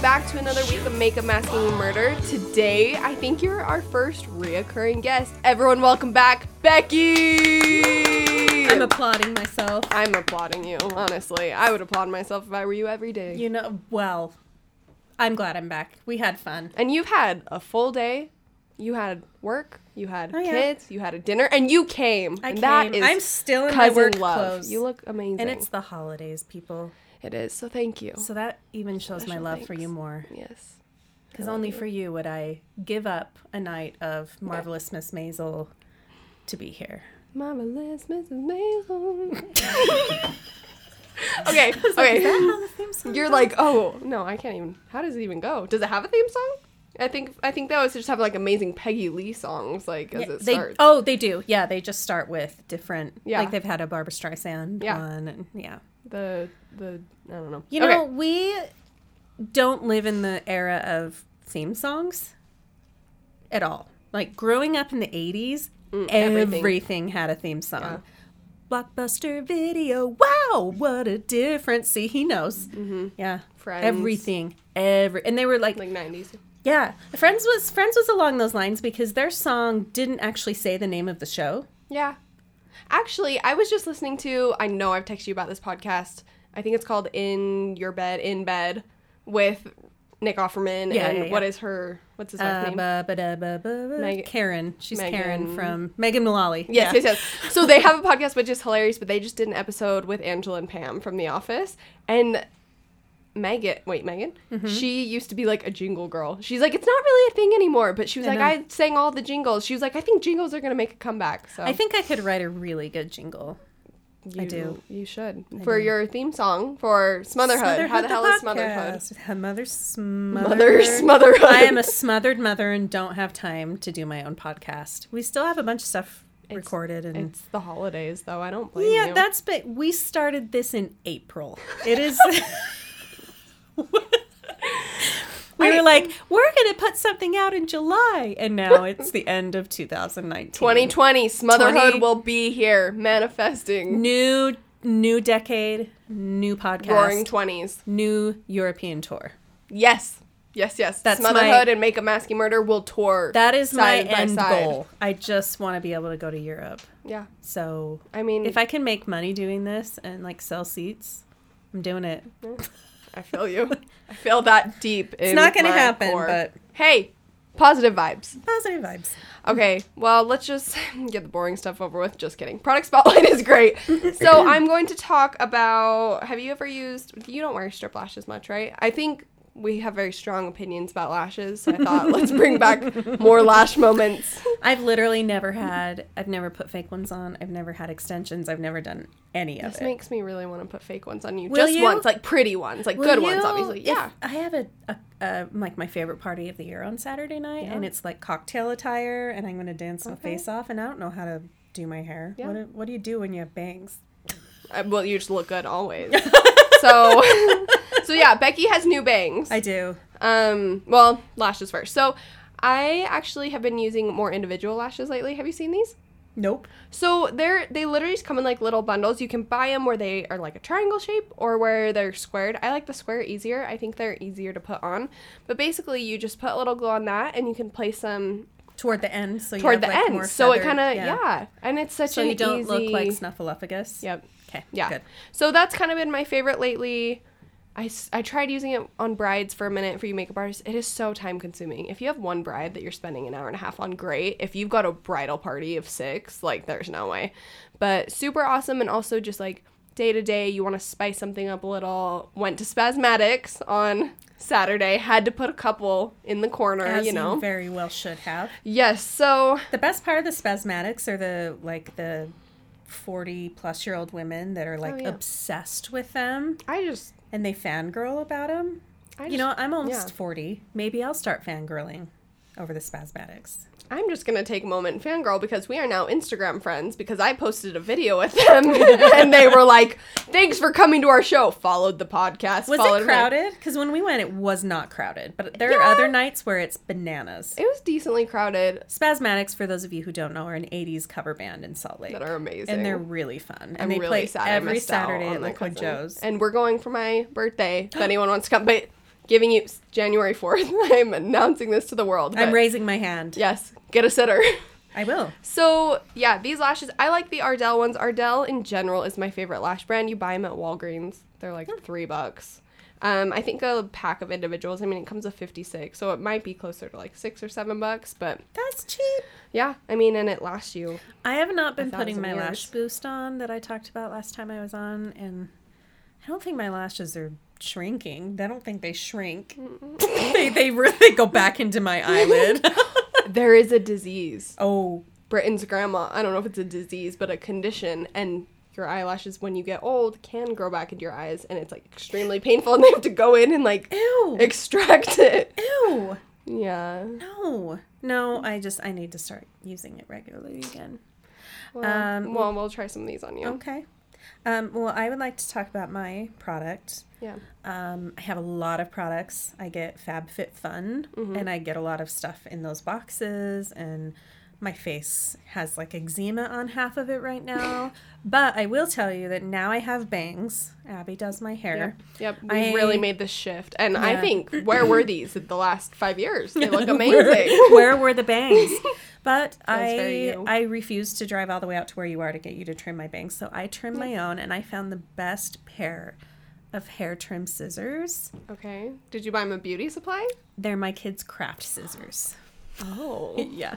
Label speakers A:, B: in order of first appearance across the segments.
A: back to another week of Makeup Masking and Murder. Today, I think you're our first reoccurring guest. Everyone, welcome back, Becky!
B: I'm applauding myself.
A: I'm applauding you, honestly. I would applaud myself if I were you every day.
B: You know, well, I'm glad I'm back. We had fun.
A: And you've had a full day. You had work, you had
B: Oh, yeah.
A: kids, you had a dinner, and you came.
B: I
A: and
B: came.
A: that is
B: I'm still in my
A: cousin
B: work
A: love.
B: clothes.
A: You look amazing.
B: And it's the holidays, people.
A: it is. So thank you.
B: So that even shows my
A: Special
B: love for
A: thanks.
B: you more.
A: yes.
B: Because only for you would I give up a night of Marvelous Miss Maisel to be here.
A: Marvelous Mrs. Maisel. okay, okay.
B: Is that how Oh, the theme song
A: You're like, oh no, I can't even. How does it even go? Does it have a theme song? I think I think that was just have like amazing Peggy Lee songs like as
B: Yeah,
A: it
B: they,
A: starts.
B: Oh, they do. Yeah, they just start with different.
A: Yeah.
B: Like they've had a Barbara Streisand
A: Yeah.
B: one. And, yeah.
A: The the I don't know.
B: You
A: Okay.
B: know, we don't live in the era of theme songs at all. Like growing up in the 80s,
A: Mm, everything.
B: everything. had a theme song. Blockbuster video. Wow, what a difference. See, he knows. Yeah.
A: Mm-hmm. Friends.
B: Everything. Every and they were like
A: like nineties.
B: yeah. Friends was Friends was along those lines because their song didn't actually say the name of the show.
A: Yeah. Actually, I was just listening to. I know I've texted you about this podcast. I think it's called "In Your Bed, In Bed" with Nick Offerman
B: Yeah,
A: and
B: yeah, yeah.
A: what is her? What's his last
B: Uh,
A: name?
B: ba- ba- da- ba- ba- ba-
A: Meg-
B: Karen. She's
A: Megan-
B: Karen from Megan Mullally.
A: Yes,
B: Yeah.
A: yes, yes. So they have a podcast, which is hilarious. But they just did an episode with Angela and Pam from The Office, and Megan. Wait, Megan.
B: Mm-hmm.
A: She used to be like a jingle girl. She's like, it's not really a thing anymore. But she was
B: I
A: like,
B: know.
A: I sang all the jingles. She was like, I think jingles are gonna make a comeback. So
B: I think I could write a really good jingle.
A: you,
B: I do.
A: You should for your theme song for Smotherhood. How the hell is Smotherhood?
B: podcast. Ha- Mother smother.
A: Mother Smotherhood.
B: I am a smothered mother and don't have time to do my own podcast. We still have a bunch of stuff recorded and
A: It's the holidays, though. I don't blame
B: yeah,
A: you.
B: that's but we started this in April. It is. We
A: I-
B: were like, we're going to put something out in July. And now it's the end of 2019.
A: 2020 Smotherhood
B: 20
A: will be here manifesting.
B: New, new decade, new podcast,
A: Roaring 20s.
B: new European tour.
A: Yes. Yes, yes.
B: That's
A: Motherhood
B: my-
A: and Make a Masking Murder will tour.
B: That is my
A: side by
B: end
A: side.
B: goal. I just want to be able to go to Europe.
A: Yeah.
B: So
A: I mean,
B: if I can make money doing this and like sell seats, I'm doing it.
A: I feel you. I feel that deep. In
B: not gonna
A: my
B: happen,
A: core.
B: but-
A: hey, positive vibes.
B: Positive vibes.
A: Okay, well, let's just get the boring stuff over with. Just kidding. Product spotlight is great. So I'm going to talk about. Have you ever used? You don't wear strip lashes much, right? I think we have very strong opinions about lashes. So I thought let's bring back more lash moments.
B: I've literally never
A: Mm-hmm.
B: had. I've never put fake ones on. I've never had extensions. I've never done any of
A: This
B: it.
A: makes me really want to put fake ones on you.
B: Will
A: Just
B: you?
A: ones, like pretty ones, like
B: Will
A: good ones,
B: you-
A: obviously.
B: if-
A: Yeah.
B: I have a, a, a like my favorite party of the year on Saturday night,
A: Yeah.
B: and it's like cocktail attire, and I'm gonna dance my
A: Okay.
B: face off, and I don't know how to do my hair.
A: Yeah.
B: What do- what do you do when you have bangs?
A: Uh, well, you just look good always. so, so yeah, Becky has new bangs.
B: I do.
A: Um, well, lashes first. So, I actually have been using more individual lashes lately. Have you seen these?
B: Nope.
A: So they're they literally just come in like little bundles. You can buy them where they are like a triangle shape or where they're squared. I like the square easier. I think they're easier to put on. But basically, you just put a little glue on that, and you can place them
B: Toward the end, so you
A: toward
B: have,
A: the
B: like,
A: end.
B: more
A: So it
B: feathered-
A: kind of yeah. and it's such
B: So
A: an
B: you don't look
A: easy-
B: like Snuffleupagus.
A: Yep.
B: Okay.
A: Yeah.
B: Good.
A: So that's kind of been my favorite lately. I, s- I tried using it on brides for a minute for you makeup artists. It is so time consuming. If you have one bride that you're spending an hour and a half on, great. If you've got a bridal party of six, like there's no way. But super awesome and also just like day to day, you want to spice something up a little. Went to Spasmatics on Saturday, had to put a couple in the corner,
B: As
A: Uh, you know.
B: very well should have.
A: yes. So
B: The best part of the spasmatics are the like the forty plus year old women that are like
A: Oh, yeah.
B: obsessed with them
A: I just,
B: and they fangirl about them.
A: I just
B: You know, I'm almost
A: yeah.
B: forty. Maybe I'll start fangirling over the spasmatics.
A: I'm just gonna take a moment and fangirl because we are now Instagram friends because I posted a video with them and they were like, "Thanks for coming to our show." Followed the podcast.
B: Was
A: followed
B: it crowded? Because when we went, it was not crowded. But there
A: Yeah.
B: are other nights where it's bananas.
A: It was decently crowded.
B: Spasmatics, for those of you who don't know, are an '80s cover band in Salt Lake.
A: That are amazing.
B: and they're really fun. And
A: I'm
B: they
A: really
B: play
A: sad I
B: every
A: missed out
B: Saturday
A: on
B: at
A: the
B: Liquid
A: cousin.
B: Joe's.
A: And we're going for my birthday. If anyone wants to come, but giving you January 4th. I'm announcing this to the world.
B: I'm
A: but
B: raising my hand.
A: Yes, get a sitter.
B: I will.
A: So yeah, these lashes. I like the Ardell ones. Ardell in general is my favorite lash brand. You buy them at Walgreens. They're
B: Hmm.
A: like three bucks. Um, I think a pack of individuals. I mean, it comes with fifty six, so it might be closer to like six or seven bucks. But
B: That's cheap.
A: yeah, I mean, and it lasts you.
B: I have not been putting
A: thousand
B: my
A: years.
B: lash boost on that I talked about last time I was on, and I don't think my lashes are shrinking. I don't think they shrink. they they really go back into my eyelid.
A: There is a disease.
B: oh,
A: Britain's grandma. I don't know if it's a disease, but a condition, and your eyelashes when you get old can grow back into your eyes, and it's like extremely painful, and they have to go in and like
B: ew,
A: extract it.
B: ew.
A: Yeah.
B: No, no. I just I need to start using it regularly again.
A: Well,
B: Um,
A: well, we'll try some of these on you.
B: Okay. Um, well, I would like to talk about my product.
A: Yeah.
B: Um, I have a lot of products. I get FabFitFun,
A: Mm-hmm.
B: and I get a lot of stuff in those boxes. And my face has like eczema on half of it right now. but I will tell you that now I have bangs. Abby does my hair.
A: Yep, we
B: I-
A: really made this shift, and I
B: Yeah.
A: think where were these in the last five years? They look
B: where,
A: amazing.
B: where were the bangs? But
A: Sounds very
B: I
A: you.
B: I refuse to drive all the way out to where you are to get you to trim my bangs. So I trim my own, and I found the best pair of hair trim scissors.
A: okay, did you buy them a beauty supply?
B: They're my kids' craft scissors.
A: Oh,
B: Yeah.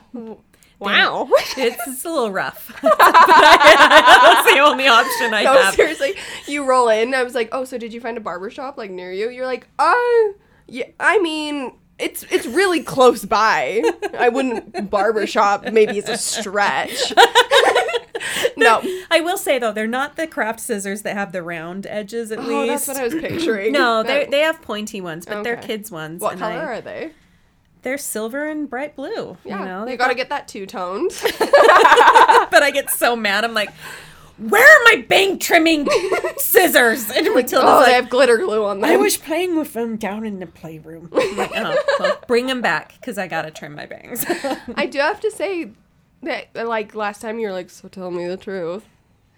A: wow.
B: It's, it's a little rough. But I- That's the only option I
A: no,
B: have.
A: seriously, you roll in. I was like, oh, so did you find a barber shop like near you? You're like, uh, yeah. I mean, it's it's really close by. I wouldn't barber shop. Maybe it's a stretch. no.
B: I will say though, they're not the craft scissors that have the round edges. At
A: Oh, that's
B: least
A: what I was picturing.
B: no, they
A: That-
B: they have pointy ones, but they're
A: Okay.
B: kids ones.
A: What
B: and
A: color
B: I-
A: are they?
B: they're silver and bright blue.
A: Yeah,
B: you know,
A: you
B: They-
A: gotta get that two toned.
B: but I get so mad. I'm like, where are my bang trimming scissors? And Matilda's
A: oh,
B: like,
A: they have glitter glue on them.
B: I was playing with them down in the playroom. Um, I'm like, oh, well, bring them back because I gotta trim my bangs.
A: I do have to say that, like last time, you were like, "So tell me the truth.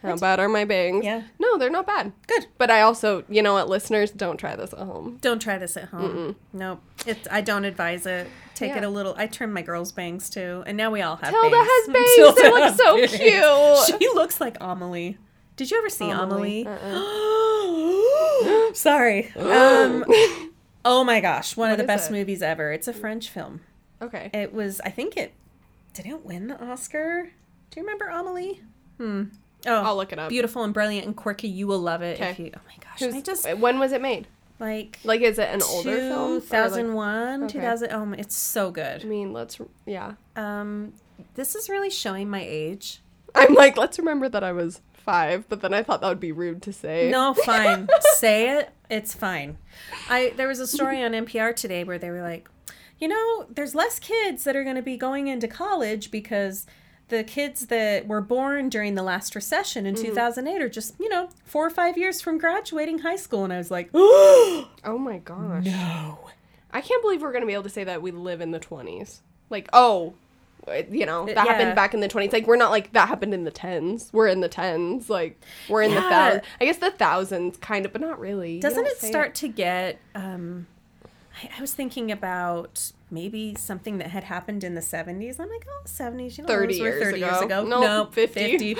A: How bad are my bangs?"
B: Yeah.
A: No, they're not bad.
B: Good.
A: But I also, you know what, listeners, don't try this at home.
B: Don't try this at home. Nope. It's, I don't advise it. Take it
A: Yeah.
B: a little. I trim my girls' bangs too, and now we all have
A: Tilda
B: bangs.
A: has bangs. They look
B: has
A: so
B: bangs.
A: cute.
B: She looks like Amelie. Did you ever see Amelie?
A: Amelie. Uh-uh.
B: Sorry. Um, oh my gosh, one of
A: What
B: the
A: is
B: best
A: it?
B: movies ever. It's a French film.
A: Okay.
B: It was. I think it did it win the Oscar. Do you remember Amelie? Hmm. Oh,
A: I'll look it up.
B: Beautiful and brilliant and quirky. You will love it. If
A: Okay.
B: you, oh my gosh,
A: Who's-
B: I just
A: when was it made?
B: like
A: Like, is it an older film? or, like-
B: 2001
A: Okay.
B: 2000 um it's so
A: I
B: good
A: mean, let's. Yeah.
B: um this is really showing my age
A: I'm like, let's remember that I was five, but then I thought that would be rude to say.
B: no fine say it it's fine i there was a story on npr today where they were like you know there's less kids that are going to be going into college because the kids that were born during the last recession in 2008 are just you know four or five years from graduating high school and i was like oh
A: Oh my gosh.
B: no
A: I can't believe we're gonna be able to say that we live in the twenties. Like, oh, it- you know, that
B: yeah.
A: happened back in the twenties. Like, we're not like that happened in the tens. We're in the tens. Like, we're in the
B: Yeah.
A: thousands. I guess the thousands, kind of, but not really. You
B: Doesn't
A: don't
B: it
A: say
B: start to get? Um, I, I was thinking about maybe something that had happened in the seventies. I'm like, oh, seventies. You know,
A: thirty
B: those were
A: years,
B: thirty
A: ago?
B: years ago.
A: No,
B: Nope,
A: fifty.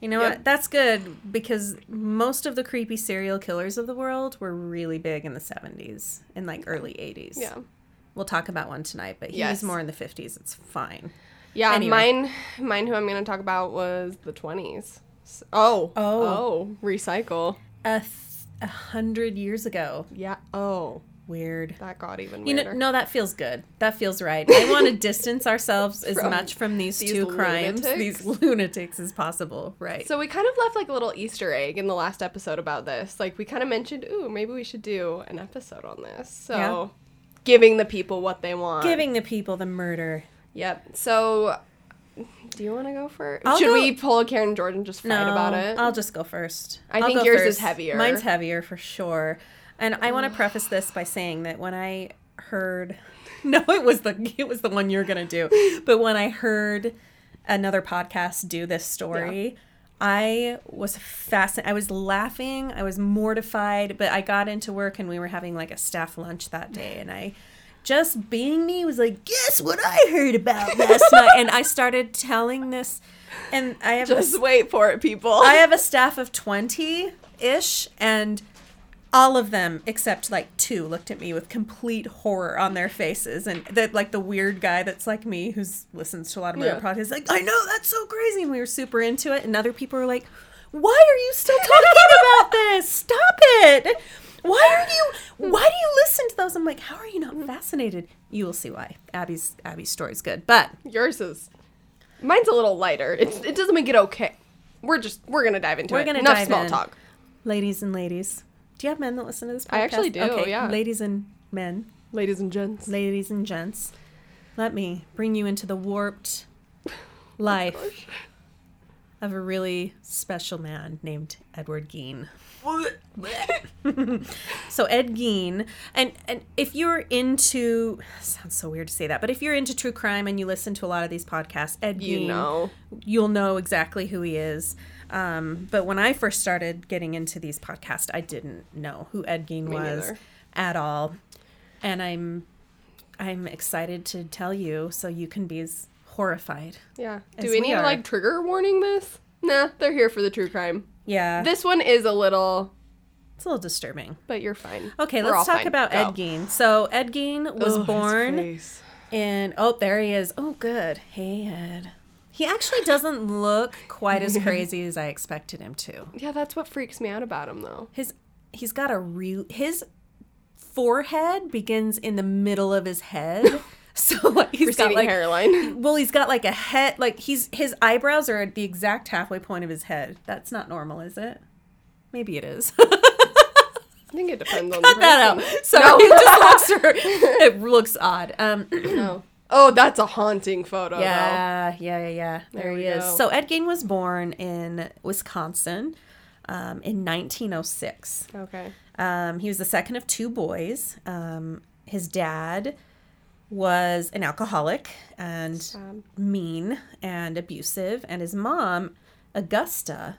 B: You know
A: Yep.
B: what? That's good because most of the creepy serial killers of the world were really big in the seventies and like early eighties.
A: yeah,
B: We'll talk about one tonight, but he's
A: Yes.
B: more in the fifties. It's fine.
A: yeah.
B: Anyway.
A: Mine, mine. Who I'm gonna talk about was the twenties. Oh,
B: Oh.
A: oh, recycle.
B: A, th- a hundred years ago.
A: Yeah. Oh,
B: Weird.
A: that got even
B: You
A: weirder.
B: know, no, that feels good. That feels right. I want to distance ourselves as
A: From
B: much from these,
A: these
B: two crimes,
A: lunatics.
B: these lunatics, as possible. Right.
A: So we kind of left like a little Easter egg in the last episode about this. Like we kind of mentioned, ooh, maybe we should do an episode on this. So
B: Yeah.
A: giving the people what they want.
B: giving the people the murder.
A: Yep. So do you want to go 1st
B: I'll
A: should
B: go-
A: we pull a Karen Jordan just fight
B: No,
A: about it?
B: I'll just go first.
A: I
B: I'll
A: think
B: go
A: yours is heavier.
B: Mine's heavier for sure. And I want to preface this by saying that when I heard, no, it was the it was the one you're gonna do, but when I heard another podcast do this story, I was fascinated. I was laughing. I was mortified, but I got into work and we were having like a staff lunch that day. And I just being me was like, guess what I heard about last night? And I started telling this. And I have
A: Just wait for it, people.
B: I have a staff of 20 ish, and all of them, except like two, looked at me with complete horror on their faces. And that, like, the weird guy that's like me who's listens to a lot of my
A: Yeah.
B: podcasts, like, I know, that's so crazy. And we were super into it. And other people were like, why are you still talking about this? Stop it. Why are you why do you listen to those? I'm like, how are you not fascinated? You will see why. Abby's Abby's story's good. But
A: Yours is. Mine's a little lighter. It's, it doesn't make it okay. We're just we're gonna dive into
B: We're
A: it.
B: gonna
A: Enough
B: dive
A: small
B: in.
A: talk.
B: ladies and ladies. Do you have men that listen to this podcast?
A: I actually do, yeah.
B: Ladies and men,
A: Ladies and gents.
B: ladies and gents, let me bring you into the warped
A: Oh
B: life of a really special man named Edward Gein. So Ed Gein, and and if you're into sounds so weird to say that, but if you're into true crime and you listen to a lot of these podcasts, Ed
A: You
B: Gein,
A: know.
B: you'll know exactly who he is. Um, but when I first started getting into these podcasts, I didn't know who Ed Gein
A: Me
B: was
A: neither.
B: at all, and I'm I'm excited to tell you so you can be as horrified.
A: Yeah.
B: As
A: Do we
B: we
A: need to
B: are.
A: like trigger warning this? Nah, they're here for the true crime.
B: Yeah,
A: This one is a little,
B: it's a little disturbing.
A: but you're fine.
B: Okay,
A: We're all
B: let's talk
A: fine.
B: about
A: Go. Oh,
B: Ed Gein. So Ed Gein was
A: Ugh, his
B: born.
A: face.
B: And oh, there he is. Oh, good. Hey, Ed. He actually doesn't look quite as crazy as I expected him to.
A: Yeah, that's what freaks me out about him though.
B: His he's got a real his forehead begins in the middle of his head. So like, he's
A: Receiving
B: got like
A: hairline.
B: well, he's got like a head like he's his eyebrows are at the exact halfway point of his head. That's not normal, is it? Maybe it is.
A: I think it depends on the
B: Cut that
A: person.
B: out. Sorry, it just looks it looks odd. Um
A: No. Oh, that's a haunting photo. Yeah.
B: Yeah, yeah, yeah, yeah. There,
A: Oh, There
B: he
A: we
B: is.
A: go.
B: So Ed Gein was born in Wisconsin um, in 1906.
A: Okay.
B: Um, he was the second of two boys. Um, his dad was an alcoholic and
A: Sad.
B: mean and abusive, and his mom, Augusta.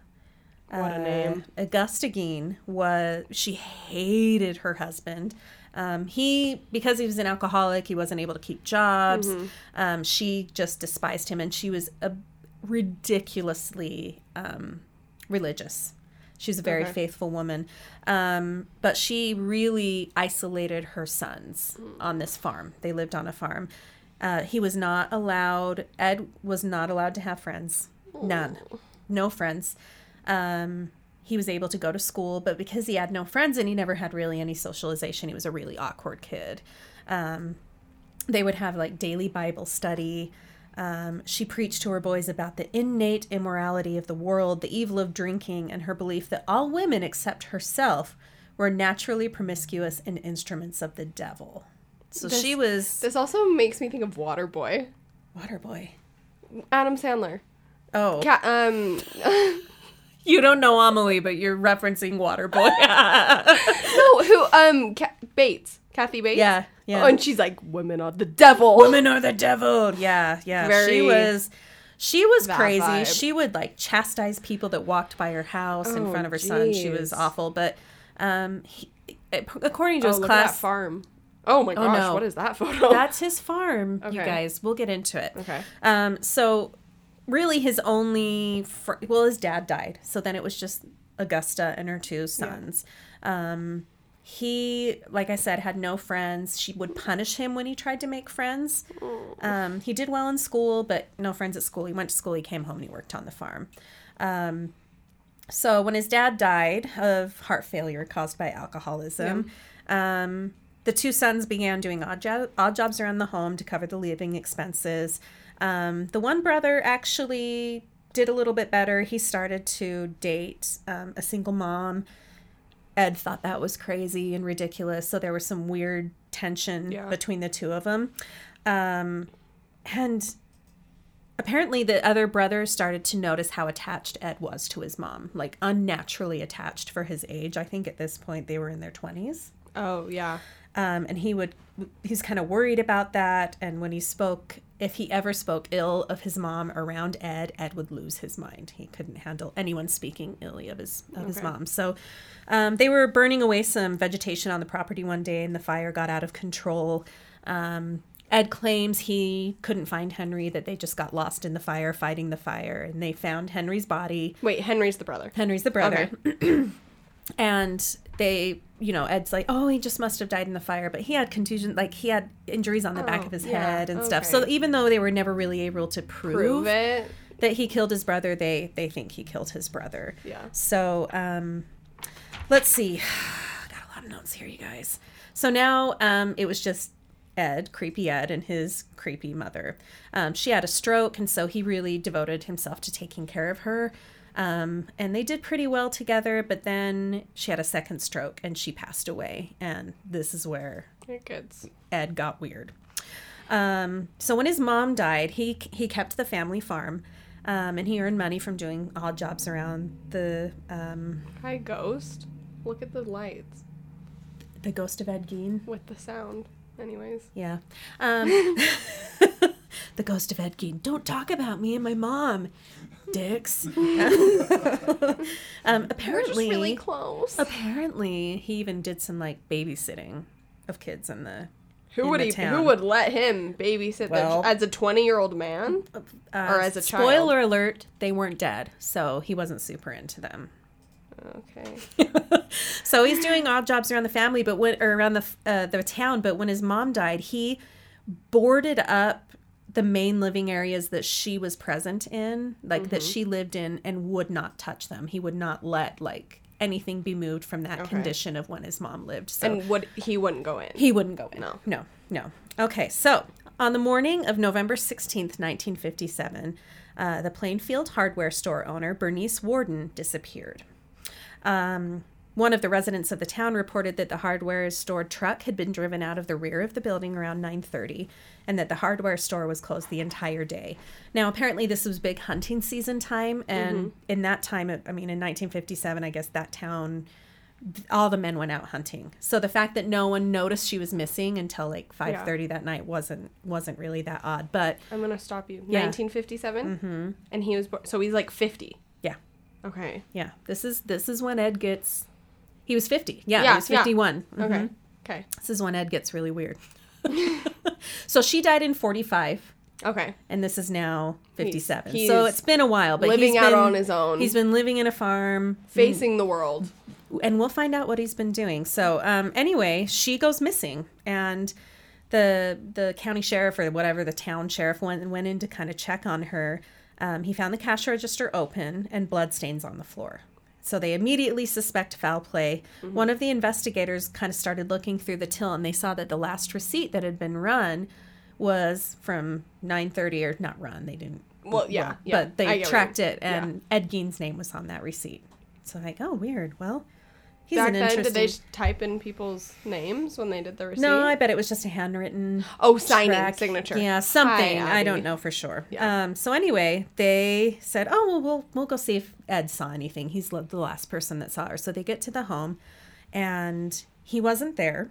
A: What a
B: uh,
A: name.
B: Augusta Gein was. She hated her husband. Um, he because he was an alcoholic, he wasn't able to keep jobs.
A: Mm-hmm.
B: Um, she just despised him, and she was a ridiculously um, religious. She was a very
A: Okay.
B: faithful woman, um, but she really isolated her sons on this farm. They lived on a farm. Uh, he was not allowed. Ed was not allowed to have friends. None, no friends. Um, he was able to go to school, but because he had no friends and he never had really any socialization, he was a really awkward kid. Um, they would have like daily Bible study. Um, she preached to her boys about the innate immorality of the world, the evil of drinking, and her belief that all women except herself were naturally promiscuous and instruments of the devil. So
A: This-
B: she was
A: This also makes me think of Waterboy.
B: water boy.
A: Adam Sandler.
B: Oh,
A: Ca- um,
B: you don't know Amelie, but you're referencing water boy.
A: no, who? Um, Ca- Bates. Kathy Bates.
B: Yeah, yeah.
A: Oh, and she's like, women are the devil.
B: women are the devil. Yeah, yeah.
A: Very
B: she was she was
A: that
B: crazy.
A: vibe.
B: She would like chastise people that walked by her house in
A: Oh,
B: front of her son. She was
A: jeez.
B: awful, but um he, according to
A: Oh,
B: his
A: look at that
B: class
A: farm. Oh my gosh,
B: no.
A: what is that photo?
B: that's his farm, you
A: Okay.
B: guys. We'll get into it.
A: Okay.
B: Um so really his only fr- well his dad died. So then it was just Augusta and her two sons. Um he like i said had no friends she would punish him when he tried to make friends um, he did well in school but no friends at school he went to school he came home and he worked on the farm um, so when his dad died of heart failure caused by alcoholism um, the two sons began doing odd, jo- odd jobs around the home to cover the living expenses um, the one brother actually did a little bit better he started to date um, a single mom Ed thought that was crazy and ridiculous. So there was some weird tension
A: Yeah.
B: between the two of them. Um, and apparently, the other brothers started to notice how attached Ed was to his mom, like unnaturally attached for his age. I think at this point they were in their 20s.
A: oh yeah.
B: Um, and he would, he's kind of worried about that. And when he spoke if he ever spoke ill of his mom around Ed, Ed would lose his mind. He couldn't handle anyone speaking illy of his of his
A: Okay.
B: mom. So um, they were burning away some vegetation on the property one day, and the fire got out of control. Um, Ed claims he couldn't find Henry; that they just got lost in the fire, fighting the fire, and they found Henry's body.
A: Wait, Henry's the brother.
B: Henry's the brother. and they, you know, Ed's like, oh, he just must have died in the fire, but he had contusion, like he had injuries on the back
A: Oh,
B: of his
A: yeah,
B: head and stuff. So
A: okay.
B: even though they were never really able to prove,
A: Prove it.
B: that he killed his brother, they they think he killed his brother.
A: Yeah.
B: So um, let's see. Got a lot of notes here, you guys. So now um, it was just Ed, creepy Ed, and his creepy mother. Um, she had a stroke, and so he really devoted himself to taking care of her. Um, and they did pretty well together, but then she had a second stroke and she passed away. And this is where
A: Your kids.
B: Ed got weird. Um, so when his mom died, he he kept the family farm, um, and he earned money from doing odd jobs around the um,
A: Hi, ghost. Look at the lights
B: the ghost of Ed Gein.
A: with the sound. Anyways.
B: Yeah, um, the ghost of Ed Gein. Don't talk about me and my mom, dicks. um,
A: We're just
B: apparently,
A: really close.
B: apparently, he even did some like babysitting of kids in the
A: Who
B: in
A: would
B: the
A: he? Who
B: town.
A: would let him babysit
B: Well-
A: the, as a twenty-year-old man?
B: uh,
A: Or as a child.
B: Spoiler alert: they weren't dead, so he wasn't super into them.
A: Okay.
B: so he's doing odd jobs around the family, but when or around the f- uh, the town. But when his mom died, he boarded up the main living areas that she was present in, like that
A: Mm-hmm.
B: she lived in, and would not touch them. He would not let like anything be moved from that
A: Okay.
B: condition of when his mom lived. So
A: And would he wouldn't go in?
B: he wouldn't go in.
A: No.
B: No, no. Okay, so on the morning of November 16th, 1957, uh, the Plainfield hardware store owner, Bernice Warden, disappeared. Um, one of the residents of the town reported that the hardware store truck had been driven out of the rear of the building around 9:30 and that the hardware store was closed the entire day. Now apparently this was big hunting season time
A: Mm-hmm.
B: and in that time I mean in 1957 I guess that town all the men went out hunting. So the fact that no one noticed she was missing until like 5:30 that night wasn't wasn't really that odd, but
A: I'm gonna stop you.
B: Yeah. Mm-hmm.
A: 1957, and he was bor- so he's like 50.
B: yeah.
A: Okay.
B: Yeah. This is this is when Ed gets he was 50. Yeah,
A: Yeah,
B: he was
A: yeah. Mm-hmm.
B: 51.
A: Okay. Okay.
B: This is when Ed gets really weird. so she died in 45,
A: Okay.
B: and this is now 57.
A: He's-
B: so it's been a while, but
A: Living
B: he's
A: out
B: been,
A: on his own.
B: He's been living in a farm,
A: facing the world.
B: and we'll find out what he's been doing. So um, anyway, she goes missing, and the the county sheriff or whatever the town sheriff went went in to kind of check on her. Um, he found the cash register open and blood stains on the floor. So they immediately suspect foul play. One of the investigators kind of started looking through the till, and they saw that the last receipt that had been run was from 9:30 or not run. They didn't.
A: Well, yeah, yeah. I
B: but
A: get what
B: they
A: you-
B: tracked it,
A: yeah.
B: and Ed Gein's name was on that receipt. So like, oh, weird. Well, he's
A: Back
B: an
A: then,
B: interesting.
A: did they just type in people's names when they did the receipt?
B: no, I bet it was just a handwritten
A: oh, signing
B: track.
A: signature.
B: Yeah, something.
A: Hi,
B: I don't
A: Abby.
B: know for sure.
A: Yeah.
B: Um. So anyway, they said, "Oh well, we'll we'll go see if Ed saw anything. He's li- the last person that saw her." So they get to the home, and he wasn't there.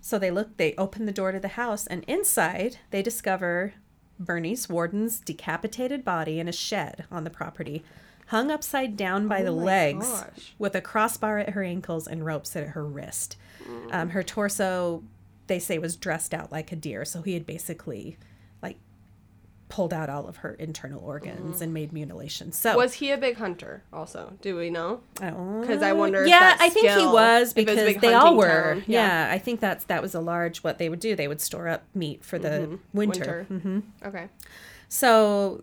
B: So they look. They open the door to the house, and inside they discover Bernice Warden's decapitated body in a shed on the property, hung upside down by the
A: Oh my
B: legs,
A: gosh.
B: with a crossbar at her ankles and ropes at her wrist. Um, her torso, they say, was dressed out like a deer, so he had basically, like, pulled out all of her internal organs and made mutilation. So
A: Mm. Was he a big hunter? Also, do we know?
B: because
A: I wonder if
B: Oh, Yeah,
A: that
B: I think he
A: skill-
B: was
A: if it was a
B: because
A: big
B: they all
A: hunting
B: were.
A: town,
B: Yeah.
A: yeah.
B: I think that's that was a large what they would do. They would store up meat for the winter.
A: Mm-hmm. Okay.
B: So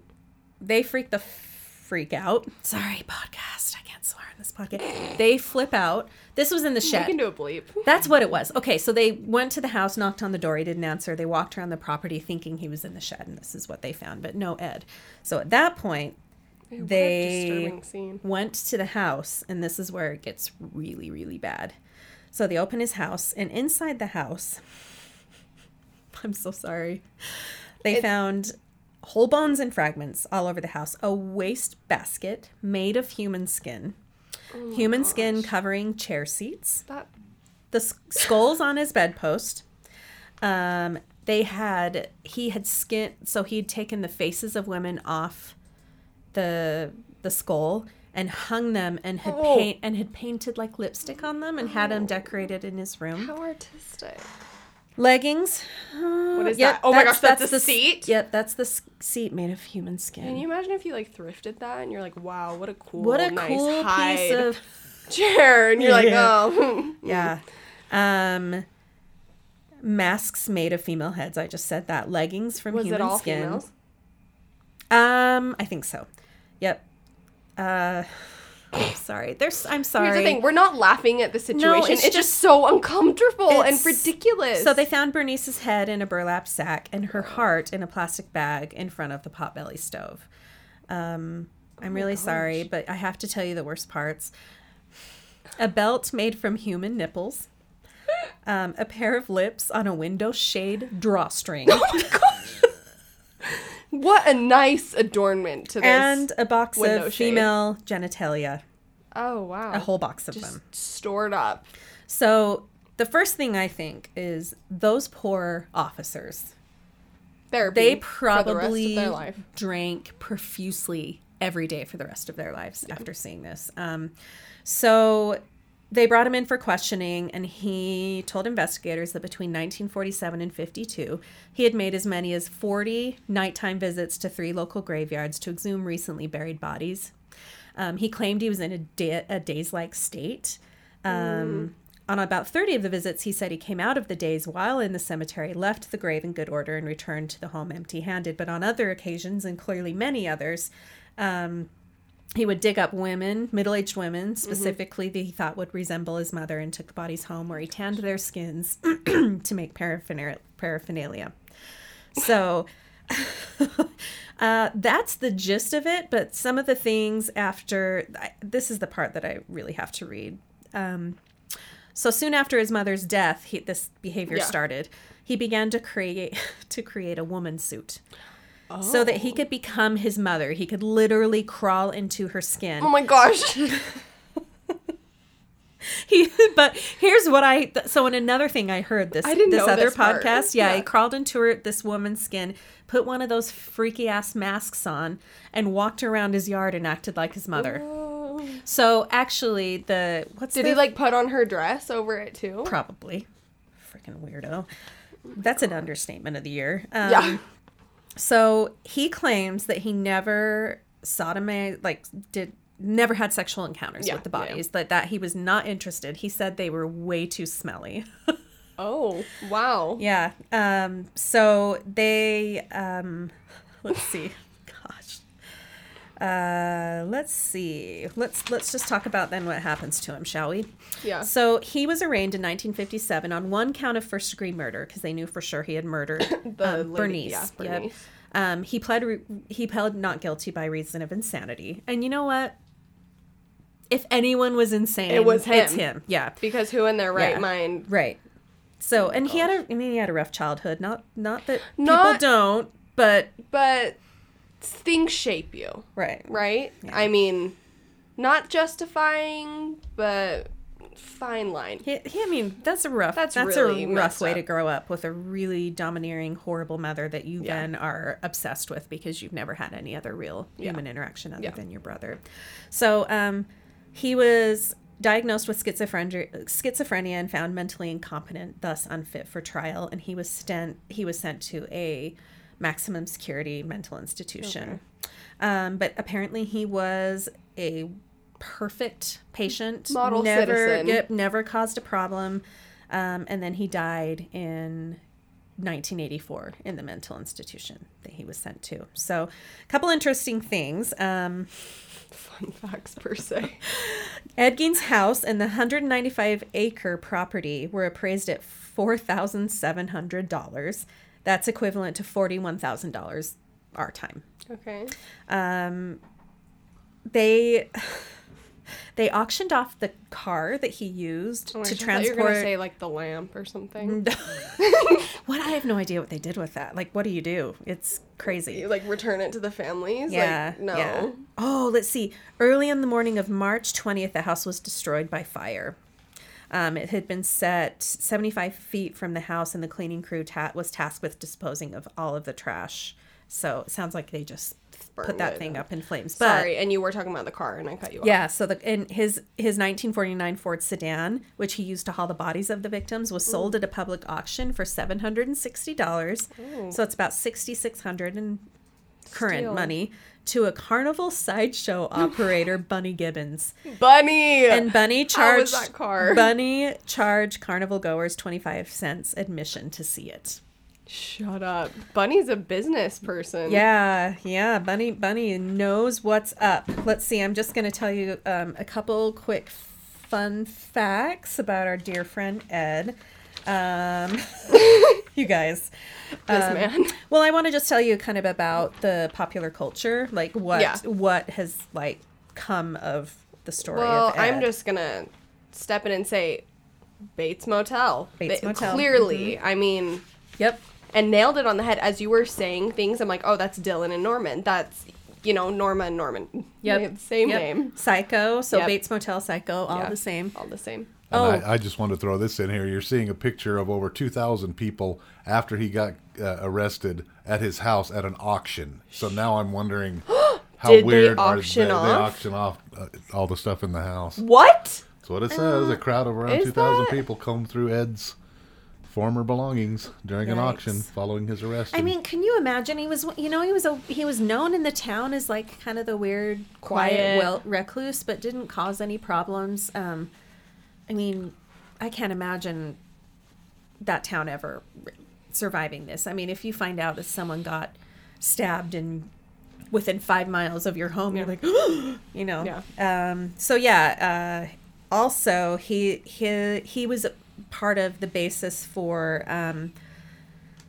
B: they freak the freak out. Sorry, podcast. I can't swear on this podcast. They flip out. This was in the
A: We
B: shed.
A: can do a bleep.
B: That's what it was. Okay, so they went to the house, knocked on the door. He didn't answer. They walked around the property thinking he was in the shed, and this is what they found, but no Ed. So at that point,
A: What a
B: They-
A: disturbing scene.
B: went to the house, and this is where it gets really, really bad. So they open his house, and inside the house, I'm so sorry, they found whole bones and fragments all over the house, a waste basket made of human skin,
A: Oh
B: human skin covering chair seats
A: That
B: the s- skulls on his bedpost, um, they had he had skin so he had taken the faces of women off the the skull and hung them and had
A: Oh.
B: paint and had painted like lipstick on them and had them decorated in his room.
A: How artistic.
B: Leggings. What
A: is that? Oh my gosh, that's a seat?
B: Yep, that's the s- seat made of human skin.
A: Can you imagine if you like thrifted that and you're like, wow, what a cool,
B: what a
A: nice
B: cool
A: hide
B: piece of
A: chair, and you're like,
B: Yeah.
A: oh,
B: yeah. Um, masks made of female heads. I just said that. Leggings from
A: was
B: human
A: it all
B: skin.
A: females?
B: Um, I think so. Yep. Uh, sorry. There's. I'm sorry.
A: Here's the thing: we're not laughing at the situation. it's,
B: it's
A: just,
B: just-
A: so uncomfortable and
B: It's-
A: ridiculous.
B: So they found Bernice's head in a burlap sack and her heart in a plastic bag in front of the potbelly stove. Um,
A: Oh
B: I'm really sorry, but I have to tell you the worst parts. A belt made from human nipples. Um, a pair of lips on a window shade drawstring.
A: what a nice adornment to this.
B: and a box
A: window
B: of
A: shade.
B: female genitalia.
A: oh wow,
B: A whole box of
A: just
B: them.
A: stored up.
B: So the first thing I think is those poor officers.
A: Therapy.
B: they
A: for the rest
B: probably
A: of their life.
B: drank profusely every day for the rest of their lives after seeing this. Um, so they brought him in for questioning, and he told investigators that between 1947 and 52, he had made as many as 40 nighttime visits to three local graveyards to exhume recently buried bodies. Um, he claimed he was in a, da- a daze like state. Um, On about 30 of the visits, he said he came out of the days while in the cemetery, left the grave in good order, and returned to the home empty handed. But on other occasions, and clearly many others, um, he would dig up women, middle aged women specifically, that he thought would resemble his mother, and took the bodies home where he tanned their skins to make paraphernalia. paraphernalia. So uh, that's the gist of it. But some of the things after I, this is the part that I really have to read. Um, so soon after his mother's death, he, this behavior
A: Yeah.
B: started. He began to create to create a woman suit. So that
A: Oh.
B: he could become his mother. He could literally crawl into her skin.
A: Oh my gosh.
B: He, but here's what I th- so in another thing I heard this
A: I didn't
B: this
A: know
B: other
A: this part.
B: podcast. Yeah, he
A: Yeah.
B: crawled into her, this woman's skin, put one of those freaky ass masks on, and walked around his yard and acted like his mother. So actually, the what's
A: Oh. Did
B: the,
A: he like put on her dress over it too?
B: probably freaking weirdo? That's an understatement of the year. Um,
A: yeah.
B: So he claims that he never sodomized, like did never had sexual encounters
A: Yeah,
B: with the
A: yeah, yeah.
B: bodies. That that he was not interested. He said they were way too smelly.
A: Oh wow.
B: Yeah. Um, so they, um, let's see. Gosh. Uh, let's see. Let's let's just talk about then what happens to him, shall we?
A: Yeah.
B: So he was arraigned in 1957 on one count of first degree murder because they knew for sure he had murdered
A: The
B: um,
A: lady-
B: Bernice.
A: yeah,
B: Yep.
A: Bernice.
B: Um, he pled re- he pled not guilty by reason of insanity. And you know what? If anyone was insane,
A: It was
B: It's
A: him.
B: him. Yeah.
A: Because who in their right
B: Yeah.
A: mind?
B: Right.
A: Oh
B: So, and he had a, I mean, he had a rough childhood. Not, not that people
A: Not-
B: don't, but
A: But things shape you,
B: right.
A: right?
B: Yeah.
A: I mean, not justifying, but fine line.
B: He, he, I mean, that's a rough. That's,
A: That's
B: a
A: really
B: rough
A: messed
B: way to
A: up.
B: grow up with a really domineering, horrible mother that you
A: Yeah.
B: then are obsessed with because you've never had any other real
A: Yeah.
B: human interaction other
A: Yeah.
B: than your brother. So, um, he was diagnosed with schizophrenia, schizophrenia and found mentally incompetent, thus unfit for trial. And he was stent, He was sent to a maximum security mental institution. Um, but apparently, he was a perfect patient
A: Model
B: never,
A: citizen.
B: Yep, never caused a problem. Um, and then he died in 1984 in the mental institution that he was sent to. So, a couple interesting things. Um,
A: Fun facts per se.
B: Ed Gein's house and the 195 acre property were appraised at $4,700. That's equivalent to $41,000 our time.
A: Okay.
B: um, they they auctioned off the car that he used
A: Oh my
B: to
A: gosh, I thought you were gonna
B: transport.
A: say like the lamp or something.
B: what I have no idea what they did with that. Like, what do you do? It's crazy.
A: You, like return it to the families.
B: Yeah.
A: Like, no.
B: yeah. Oh, let's see. Early in the morning of March 20th, the house was destroyed by fire. Um, it had been set 75 feet from the house, and the cleaning crew ta- was tasked with disposing of all of the trash. So it sounds like they just put
A: Burned
B: that
A: it
B: thing up in flames. But
A: Sorry, and you were talking about the car, and I cut you off.
B: yeah, so the in his his 1949 Ford sedan, which he used to haul the bodies of the victims, was sold
A: Mm.
B: at a public auction for seven hundred and sixty dollars.
A: Oh.
B: So it's about sixty six hundred in current
A: Steal.
B: money to a carnival sideshow operator, Bunny Gibbons,
A: Bunny.
B: and Bunny
A: How was
B: charged
A: that car?
B: Bunny charged carnival goers twenty five cents admission to see it.
A: Shut up. Bunny's a business person.
B: Yeah, yeah, Bunny Bunny knows what's up. Let's see, I'm just going to tell you um, a couple quick fun facts about our dear friend Ed. Um, you guys.
A: This
B: um,
A: man.
B: Well, I want to just tell you kind of about the popular culture, like what
A: Yeah.
B: what has like come of the story
A: Well,
B: of Ed.
A: I'm just gonna step in and say Bates Motel.
B: Bates Motel. Mm-hmm.
A: Clearly, I mean,
B: Yep.
A: and nailed it on the head as you were saying things. I'm like, oh, that's Dylan and Norman. That's you know Norma and Norman.
B: Yep.
A: They have the same
B: Yep.
A: name.
B: Psycho, so
A: Yep.
B: Bates Motel Psycho, all
A: Yeah,
B: the same.
A: All the same.
B: Oh.
C: And I, I just want to throw this in here. You're seeing a picture of over 2,000 people after he got uh, arrested at his house at an auction. So now I'm wondering how
A: Did they
C: weird are
A: auction
C: they, they
A: off?
C: auction off uh, all the stuff in the house.
A: What?
C: That's what it says. A crowd of around
A: is
C: 2,000
A: that-
C: people combed through Ed's former belongings during an
B: Yikes.
C: auction following his arrest.
B: I
C: And
B: mean, can you imagine? He was, you know, he was a he was known in the town as like kind of the weird, quiet,
A: Quiet.
B: well recluse, but didn't cause any problems. Um, I mean, I can't imagine that town ever r- surviving this. I mean, if you find out that someone got stabbed and within five miles of your home, you're like, you know. Um, so yeah. Uh, also, he he he was part of the basis for. Um,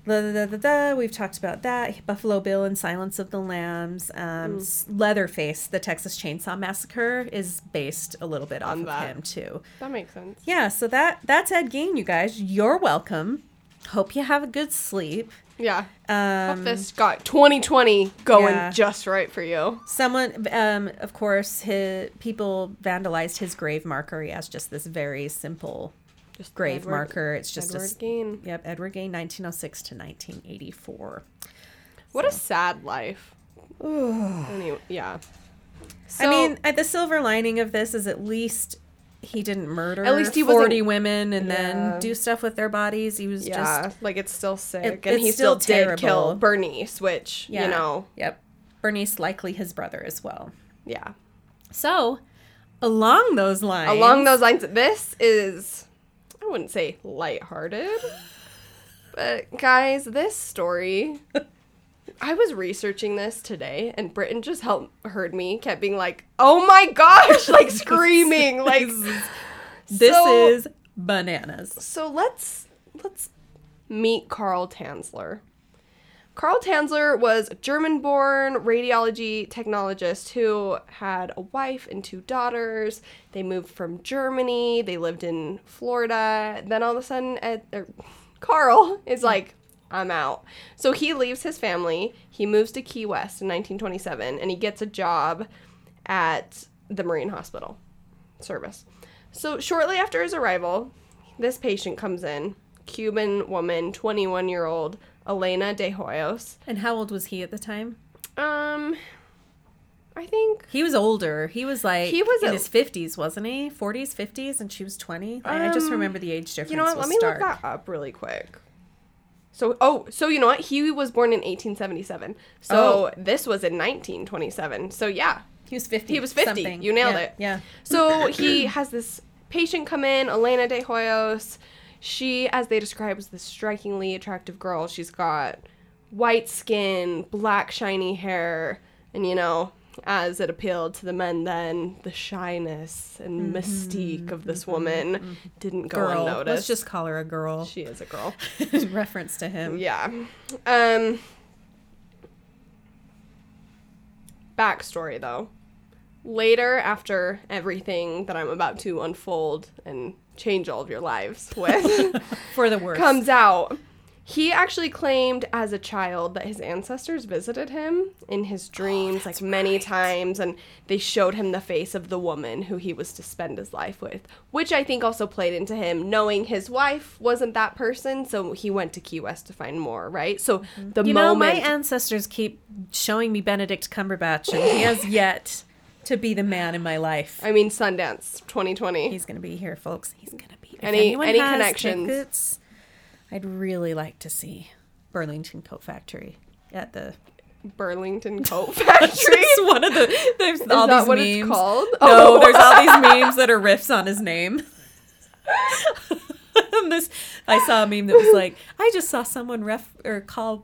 B: La, da, da, da, da. We've talked about that. Buffalo Bill and Silence of the Lambs. Um, s- Leatherface, the Texas Chainsaw Massacre, is based a little bit off
A: On
B: of
A: that.
B: him too.
A: That makes sense.
B: Yeah, so that that's Ed Gain, you guys. You're welcome. Hope you have a good sleep.
A: Yeah. Hope
B: Um,
A: this got 2020 going
B: yeah.
A: just right for you.
B: Someone, um, of course, his, people vandalized his grave marker. He has just this very simple
A: Just
B: grave
A: Edward-
B: marker. It's just a
A: Edward
B: s-
A: Gein.
B: Yep, Edward Gain, 1906 to 1984.
A: What a sad life. Anyway, yeah. So,
B: I mean, I, the silver lining of this is at least he didn't murder
A: At least he wasn't-
B: 40 women and
A: Yeah.
B: then do stuff with their bodies. He was
A: yeah,
B: just
A: like it's still sick,
B: It-
A: and
B: it's
A: he
B: still
A: still, did kill
B: terrible.
A: Bernice, which
B: yeah,
A: you know,
B: Yep. Bernice likely his brother as well.
A: yeah.
B: So, along those lines,
A: Along those lines, this is I wouldn't say lighthearted, but guys, this story. I was researching this today, and Britton just helped heard me, kept being like, "Oh my gosh!" like screaming, like
B: this
A: so-
B: is bananas.
A: so let's let's meet Carl Tanzler. Carl Tanzler was a German-born radiology technologist who had a wife and two daughters. They moved from Germany. They lived in Florida. Then all of a sudden, Ed, er, Carl is like, "I'm out." So he leaves his family. He moves to Key West in 1927, and he gets a job at the Marine Hospital service. So shortly after his arrival, this patient comes in, Cuban woman, 21 year old Elena De Hoyos.
B: And how old was he at the time?
A: Um, I think
B: He was older. He was like
A: He was
B: in
A: a-
B: his fifties, wasn't he? Forties, fifties, and she was twenty. I I just
A: Um,
B: remember the age difference.
A: you know what?
B: was
A: Let me
B: stark.
A: look that up really quick. So oh, so you know what? He was born in 1877.
B: Oh.
A: So this was in 1927. So yeah,
B: He was fifty.
A: He was 50.
B: something.
A: You nailed
B: Yeah,
A: it.
B: Yeah.
A: So he has this patient come in, Elena De Hoyos. She, as they describe, is this strikingly attractive girl. She's got white skin, black shiny hair, and you know, as it appealed to the men then, the shyness and mystique of this woman didn't go
B: Mm-hmm. Girl.
A: unnoticed.
B: Let's just call her a girl.
A: she is a girl.
B: reference to him.
A: Yeah. Um backstory though. Later after everything that I'm about to unfold and change all of your lives with
B: For the worst.
A: comes out, He actually claimed as a child that his ancestors visited him in
B: Oh,
A: his dreams, like many times, and they showed him the face of the woman who he was to spend his life with, which I think also played into him knowing his wife wasn't that person. So he went to Key West to find more, right? So the
B: Mm-hmm. You know, my
A: moment.
B: ancestors keep showing me Benedict Cumberbatch, and he has yet to be the man in my life.
A: I mean, Sundance 2020.
B: He's gonna be here, folks. He's gonna be. If
A: Any-
B: anyone
A: any
B: has
A: connections?
B: tickets, I'd really like to see Burlington Coat Factory at the.
A: Burlington Coat
B: It's
A: Factory.
B: one of the. There's all
A: that
B: these
A: what it's
B: memes.
A: called?
B: No,
A: Oh.
B: there's all these memes that are riffs on his name. And this, I saw a meme that was like, I just saw someone ref or call.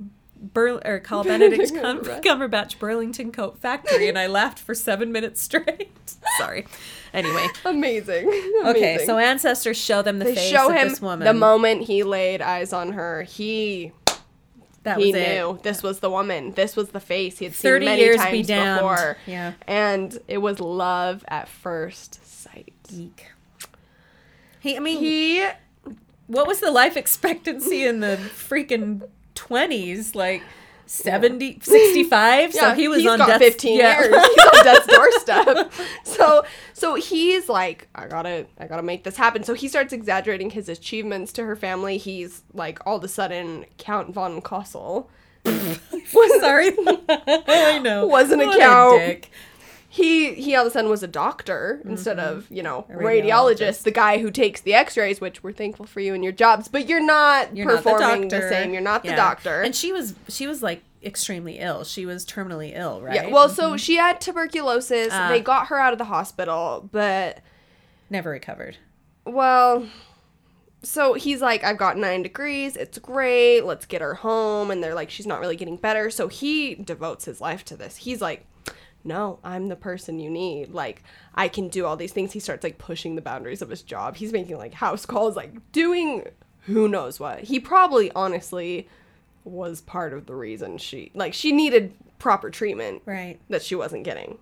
B: Bur- or call Benedict Cum-
A: Cumberbatch.
B: Cumberbatch Burlington Coat Factory, and I laughed for seven minutes straight. Sorry. Anyway,
A: Amazing.
B: Okay,
A: Amazing.
B: so ancestors show them the
A: they
B: face
A: show
B: of
A: him
B: this woman.
A: the moment he laid eyes on her. He
B: that
A: he
B: was it.
A: knew this was the woman. This was the face he had seen
B: 30
A: many
B: years
A: times
B: be damned.
A: before.
B: Yeah.
A: and it was love at first sight.
B: Geek. He, I mean,
A: He
B: what was the life expectancy in the freaking 20s? Like 70, 65? so he was
A: he's
B: on
A: got
B: death-
A: 15
B: yeah.
A: years. He's on death's doorstep. So so he's like, I gotta I gotta make this happen. So he starts exaggerating his achievements to her family. He's like all of a sudden Count von Kossel.
B: Sorry. I know.
A: Wasn't a
B: What
A: cow.
B: dick.
A: He he all of a sudden was a doctor instead of, you know,
B: Mm-hmm. radiologist.
A: radiologist. the guy who takes the x-rays, which we're thankful for you in your jobs, but you're not
B: You're not
A: performing
B: the
A: the,
B: doctor.
A: same. You're not
B: Yeah.
A: the doctor.
B: And she was, she was like extremely ill. She was terminally ill, right? Mm-hmm.
A: yeah, well, so she had tuberculosis.
B: Ah.
A: they got her out of the hospital, but
B: never recovered.
A: Well, so he's like, I've got nine degrees. It's great. Let's get her home. And they're like, she's not really getting better. So he devotes his life to this. He's like, no, I'm the person you need. Like, I can do all these things. He starts like pushing the boundaries of his job. He's making like house calls, like doing who knows what. He probably honestly was part of the reason she, like, she needed proper treatment
B: Right.
A: that she wasn't getting.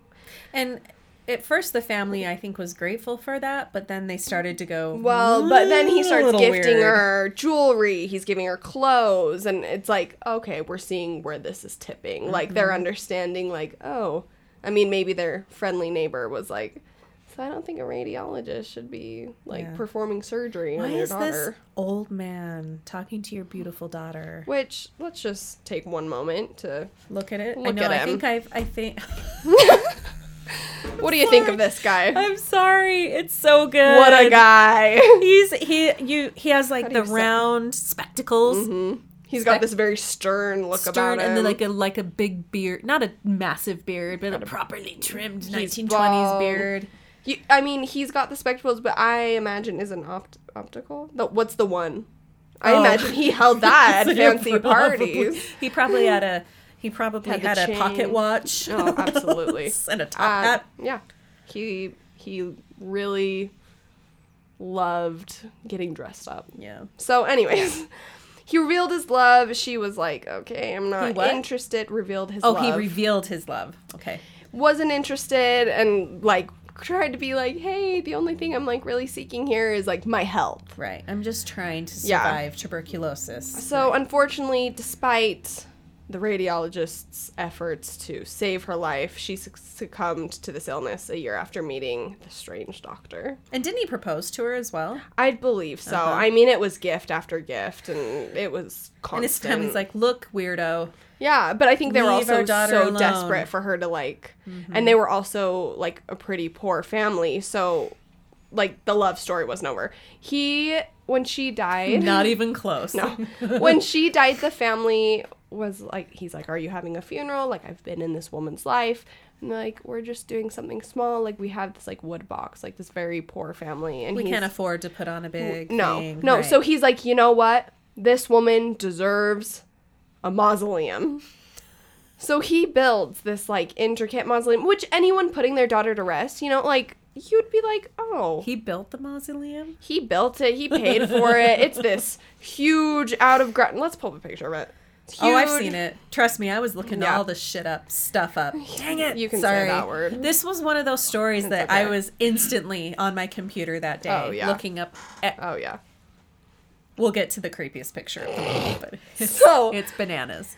B: And at first, the family I think was grateful for that, but then they started to go
A: Well, but then he starts
B: Mm, little
A: gifting
B: weird.
A: her jewelry. He's giving her clothes, and it's like, okay, we're seeing where this is tipping. Like
B: Mm-hmm.
A: they're understanding, like, oh, I mean, maybe their friendly neighbor was like, so I don't think a radiologist should be like
B: Yeah.
A: performing surgery
B: Why
A: on your
B: is this
A: daughter.
B: old man talking to your beautiful daughter?
A: Which let's just take one moment to.
B: Look at it. I
A: Look
B: know.
A: at
B: I
A: him.
B: think I've. I think.
A: What do you think of this guy?
B: I'm sorry. It's so good.
A: What a guy!
B: He's he you he has like
A: do
B: the
A: you say-
B: round spectacles,
A: He's got this very stern look Mm-hmm, about
B: stern,
A: him,
B: and then like a like a big beard, not a massive beard, but a properly trimmed 1920s
A: bald.
B: beard.
A: You, I mean, he's got the spectacles, but I imagine is an opt- optical. The, what's the one? I
B: Oh.
A: imagine he held that at fancy
B: Probably-
A: parties.
B: He probably had a he probably
A: Had
B: had,
A: the
B: a pocket
A: chain.
B: watch.
A: Oh, absolutely.
B: and a top
A: Uh,
B: hat.
A: yeah, he he really loved getting dressed up.
B: Yeah.
A: So, anyways, he revealed his love. She was like, "Okay, I'm
B: He
A: not
B: what?
A: interested." Revealed his.
B: Oh,
A: love.
B: he revealed his love. Okay.
A: wasn't interested and like tried to be like, "Hey, the only thing I'm like really seeking here is like my help."
B: Right. I'm just trying to
A: Yeah.
B: survive tuberculosis.
A: So, unfortunately, despite the radiologist's efforts to save her life, she suc- succumbed to this illness a year after meeting the strange doctor.
B: And didn't he propose to her as well?
A: I believe so.
B: Uh-huh.
A: I mean, it was gift after gift, and it was constant.
B: And his family's like, "Look, weirdo."
A: yeah, but I think they were
B: "Leave our
A: also
B: daughter
A: so
B: alone." Mm-hmm.
A: desperate for her to like, and they were also like a pretty poor family, so like the love story wasn't over. He, when she died,
B: Not even close.
A: No. when she died, the family was like, he's like, Are you having a funeral? Like, I've been in this woman's life. And they're like, We're just doing something small. Like, we have this, like, wood box, like, this very poor family. And
B: We
A: he's,
B: can't afford to put on a big
A: No,
B: thing.
A: no.
B: Right.
A: So he's like, You know what? This woman deserves a mausoleum. So he builds this, like, intricate mausoleum, which anyone putting their daughter to rest, you know, like, you'd be like, Oh,
B: he built the mausoleum?
A: he built it. He paid for it. It's this huge out of ground. Let's pull up a picture of it. It's
B: Oh, I've
A: huge.
B: seen it. Trust me, I was looking
A: Yeah.
B: all this shit up, stuff up. Dang it.
A: You can say that word.
B: This was one of those stories that I
A: okay.
B: was instantly on my computer that day
A: Oh, yeah.
B: looking up e-
A: Oh yeah.
B: We'll get to the creepiest picture of the movie, but it's,
A: So-
B: it's bananas.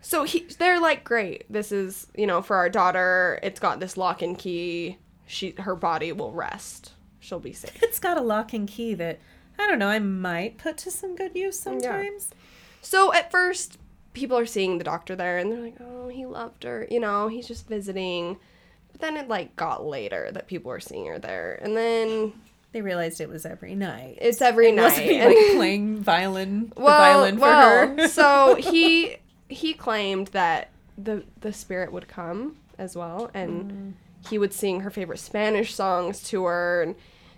A: So he, they're like, great. This is you know for our daughter. It's got this lock and key. She her body will rest. She'll be safe.
B: It's got a lock and key that I don't know. I might put to some good use sometimes.
A: So at first, people are seeing the doctor there, and they're like, "Oh, he loved her," you know, he's just visiting. But then it like got later that people were seeing her there, and then
B: They realized it was every night.
A: it's every night.
B: Wasn't he
A: and-
B: like playing violin, the
A: well,
B: violin for
A: well,
B: her?
A: so he he claimed that the the spirit would come as well, and
B: Mm.
A: he would sing her favorite Spanish songs to her. And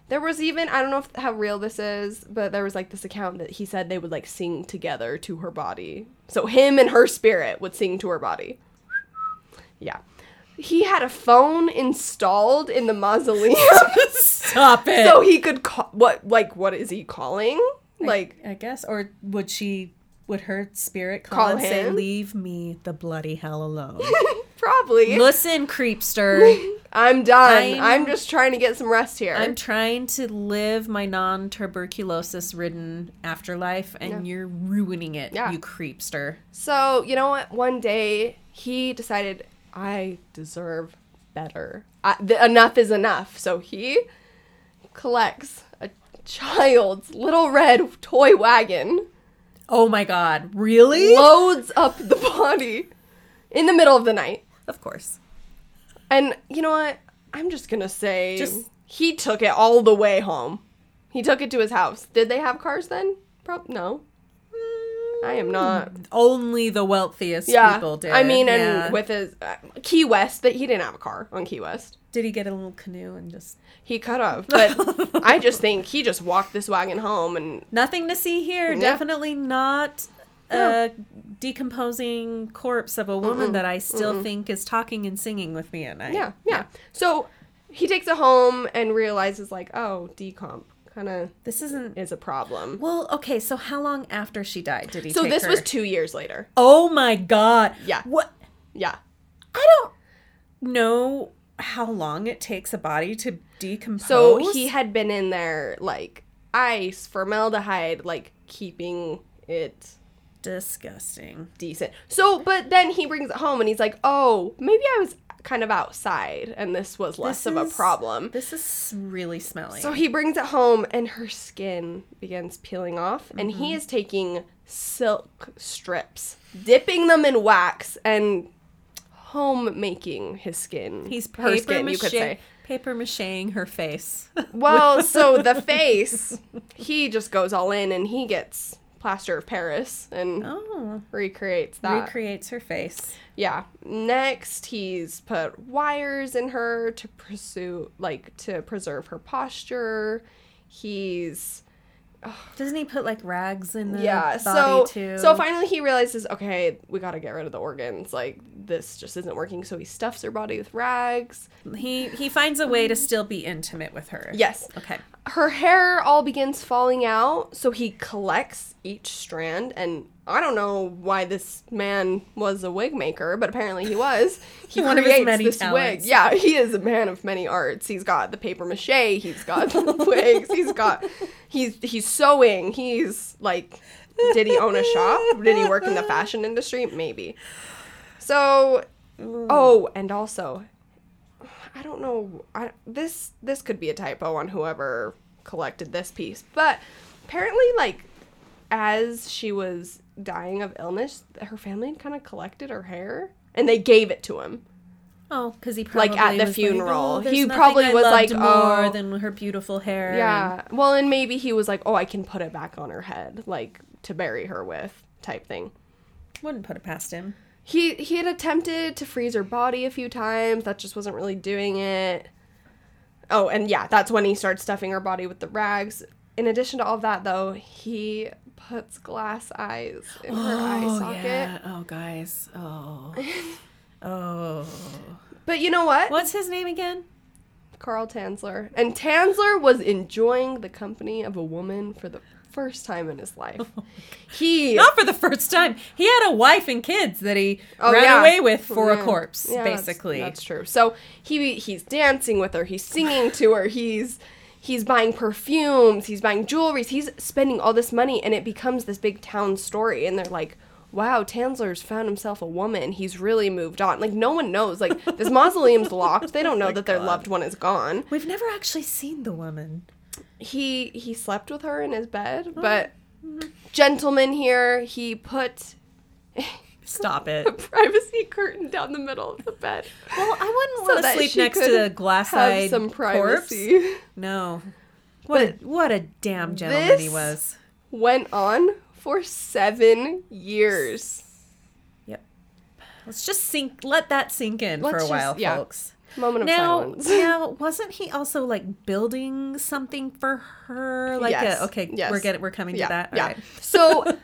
A: there was even I don't know if, how real this is, but there was like this account that he said they would like sing together to her body. So him and her spirit would sing to her body. Yeah. He had a phone installed in the mausoleum
B: Stop it.
A: so he could call what like what is he calling? Like
B: I guess, or would she? Would her spirit call,
A: Call
B: and say,
A: him?
B: "Leave me the bloody hell alone"?
A: probably
B: Listen, creepster.
A: I'm done.
B: I'm-
A: I'm, just trying to get some rest here.
B: I'm trying to live my non-tuberculosis-ridden afterlife, and you're ruining it,
A: Yeah.
B: you creepster.
A: so, you know what? One day he decided I deserve better. I, th- enough is enough. So he collects a child's little red toy wagon,
B: Oh my god, really?
A: loads up the body in the middle of the night.
B: Of course.
A: And you know what? I'm just going to say
B: Just-
A: he took it all the way home. He took it to his house. Did they have cars then? Prob no. I am not
B: Only the wealthiest
A: yeah.
B: people did.
A: I mean, and
B: Yeah.
A: with his uh, Key West, that he didn't have a car on Key West.
B: did he get a little canoe and just
A: He could have, but I just think he just walked this wagon home, and
B: nothing to see here? Definitely not a decomposing corpse of a woman that I still think is talking and singing with me at night.
A: yeah, yeah. So he takes it home and realizes, like, oh, decomp kind of
B: This isn't.
A: is a problem.
B: Well, okay. So how long after she died did he?
A: So
B: take
A: this
B: her?
A: was two years later.
B: Oh my god.
A: Yeah.
B: What?
A: Yeah,
B: I don't know how long it takes a body to decompose.
A: So he had been in there like ice, formaldehyde, like keeping it
B: disgusting.
A: decent. So, but then he brings it home and he's like, "Oh, maybe I was kind of outside and this was less
B: This
A: of a
B: is-
A: problem."
B: This is really smelly.
A: So he brings it home and her skin begins peeling off and
B: Mm-hmm.
A: he is taking silk strips, dipping them in wax and home making his skin.
B: He's
A: her
B: paper
A: skin,
B: mache,
A: you could say.
B: paper macheing her face.
A: Well, so the face, he just goes all in and he gets plaster of Paris and
B: oh,
A: recreates that.
B: recreates her face.
A: Yeah. Next, he's put wires in her to pursue, like, to preserve her posture. He's
B: Doesn't he put like rags in the
A: yeah. So
B: body too?
A: so finally he realizes, okay, we got to get rid of the organs. Like this just isn't working. So he stuffs her body with rags.
B: he he finds a way to still be intimate with her.
A: Yes.
B: Okay.
A: Her hair all begins falling out. So he collects each strand, and I don't know why this man was a wig maker, but apparently he was. He
B: One of his
A: creates
B: many
A: this
B: talents.
A: wig. Yeah, he is a man of many arts. He's got the paper mache. He's got the wigs. He's got he's he's sewing. He's like, did he own a shop? Did he work in the fashion industry? Maybe. So, oh, and also, I don't know. I, this this could be a typo on whoever collected this piece, but apparently, like as she was dying of illness, her family had kind of collected her hair and they gave it to him.
B: Oh, because he probably
A: Like, at the
B: was
A: funeral.
B: "Oh, there's
A: He
B: nothing
A: probably
B: I
A: was like,
B: loved more
A: oh."
B: than her beautiful hair. and-
A: Yeah. Well, and maybe he was like, "Oh, I can put it back on her head, like to bury her with," type thing.
B: wouldn't put it past him.
A: He he had attempted to freeze her body a few times. That just wasn't really doing it. Oh, and yeah, that's when he starts stuffing her body with the rags. In addition to all of that, though, he puts glass eyes in her eye socket.
B: Oh, guys. Oh. oh.
A: But you know what?
B: What's his name again?
A: Carl Tansler. And Tansler was enjoying the company of a woman for the first time in his life. He
B: Not for the first time. He had a wife and kids that he
A: Oh,
B: ran
A: yeah. Mm.
B: away with for a
A: Yeah.
B: corpse,
A: Yeah, that's-
B: basically.
A: That's, true. So he he's dancing with her, he's singing to her, he's he's buying perfumes, he's buying jewelries, he's spending all this money, and it becomes this big town story. And they're like, wow, Tansler's found himself a woman. He's really moved on. Like, no one knows. Like, this mausoleum's locked. They don't
B: Oh
A: know that their loved one is gone.
B: We've never actually seen the woman.
A: He he slept with her in his bed,
B: Oh.
A: but gentleman here, he put
B: Stop it.
A: a privacy curtain down the middle of the bed.
B: Well, I wouldn't
A: So
B: want to
A: that
B: sleep
A: she
B: next
A: could
B: to a glass-eyed
A: Have some
B: corpse.
A: privacy.
B: No. What a, what a damn gentleman he
A: this-
B: was.
A: Went on for seven years.
B: Let's just sink. Let that sink in for a
A: Let's just-
B: while,
A: yeah.
B: folks.
A: Moment of
B: Now,
A: silence.
B: now, wasn't he also like building something for her? Like, a-
A: Yes,
B: okay,
A: yes.
B: we're getting, we're coming
A: Yeah,
B: to that. All
A: yeah.
B: right.
A: So,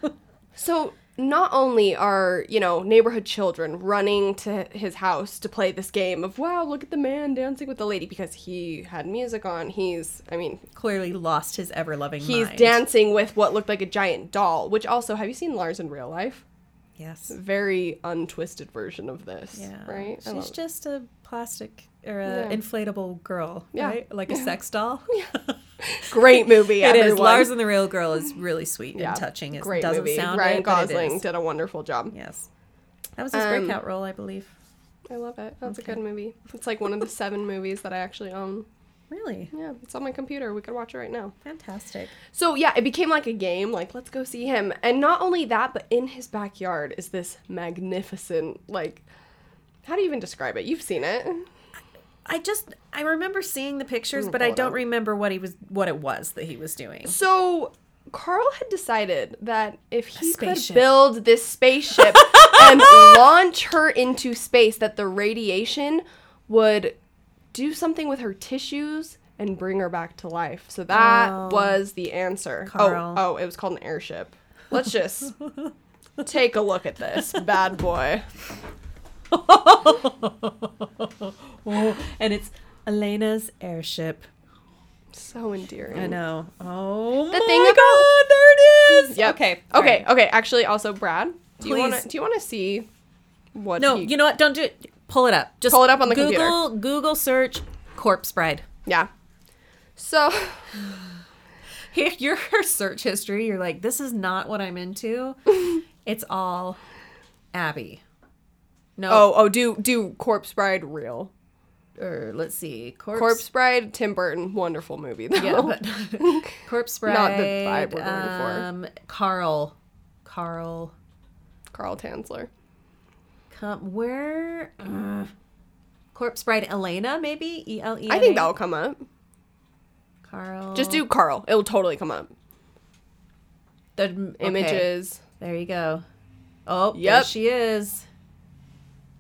A: so not only are you know neighborhood children running to his house to play this game of wow, look at the man dancing with the lady because he had music on. He's, I mean,
B: Clearly lost his ever loving.
A: he's
B: mind.
A: dancing with what looked like a giant doll. Which also, have you seen Lars in real life?
B: Yes.
A: Very untwisted version of this,
B: Yeah.
A: right? I
B: She's
A: love-
B: just a plastic or a
A: Yeah.
B: inflatable girl,
A: Yeah.
B: right? Like a sex doll.
A: Great movie.
B: It is.
A: everyone.
B: Lars and the Real Girl is really sweet
A: Yeah,
B: and touching. It doesn't
A: Ryan
B: sound right, but it
A: Gosling
B: is.
A: did a wonderful job.
B: Yes. That was his
A: Um,
B: breakout role, I believe.
A: I love it. That's a good movie. It's like one of the seven movies that I actually own.
B: Really?
A: Yeah, it's on my computer. We could watch it right now.
B: Fantastic.
A: So yeah, it became like a game. Like let's go see him. And not only that, but in his backyard is this magnificent like. How do you even describe it? You've seen it.
B: I just I remember seeing the pictures,
A: Ooh,
B: but I
A: hold
B: don't
A: on.
B: remember what he was what it was that he was doing.
A: So Carl had decided that if he could
B: spaceship.
A: build this spaceship and launch her into space, that the radiation would do something with her tissues and bring her back to life. So that
B: Oh.
A: was the answer.
B: Carl.
A: Oh, oh, it was called an airship. Let's just take a look at this bad boy.
B: Oh, and it's Elena's airship.
A: So endearing.
B: I know. Oh,
A: The
B: my
A: thing about
B: God, there it is.
A: Yep.
B: Okay.
A: Okay.
B: Alright.
A: Okay. Actually, also Brad, do you
B: Please.
A: want to do you want to see what?
B: No,
A: he-
B: you know what? Don't do it. Pull it up. Just
A: Pull it up on the
B: Google,
A: computer.
B: Google search corpse bride.
A: yeah. So
B: Your search history, you're like, this is not what I'm into. it's all Abby. No.
A: oh oh do do Corpse Bride real
B: or er, let's see, corpse,
A: Corpse Bride Tim Burton wonderful movie though.
B: yeah, but corpse bride.
A: Not the vibe we're going for.
B: um, Carl, Carl,
A: Carl Tansler.
B: come where? Uh, corpse bride Elena, maybe E L E.
A: I think that'll come up.
B: Carl.
A: Just do Carl. It'll totally come up.
B: the m- okay,
A: Images.
B: There you go. Oh, there
A: Yep.
B: she is.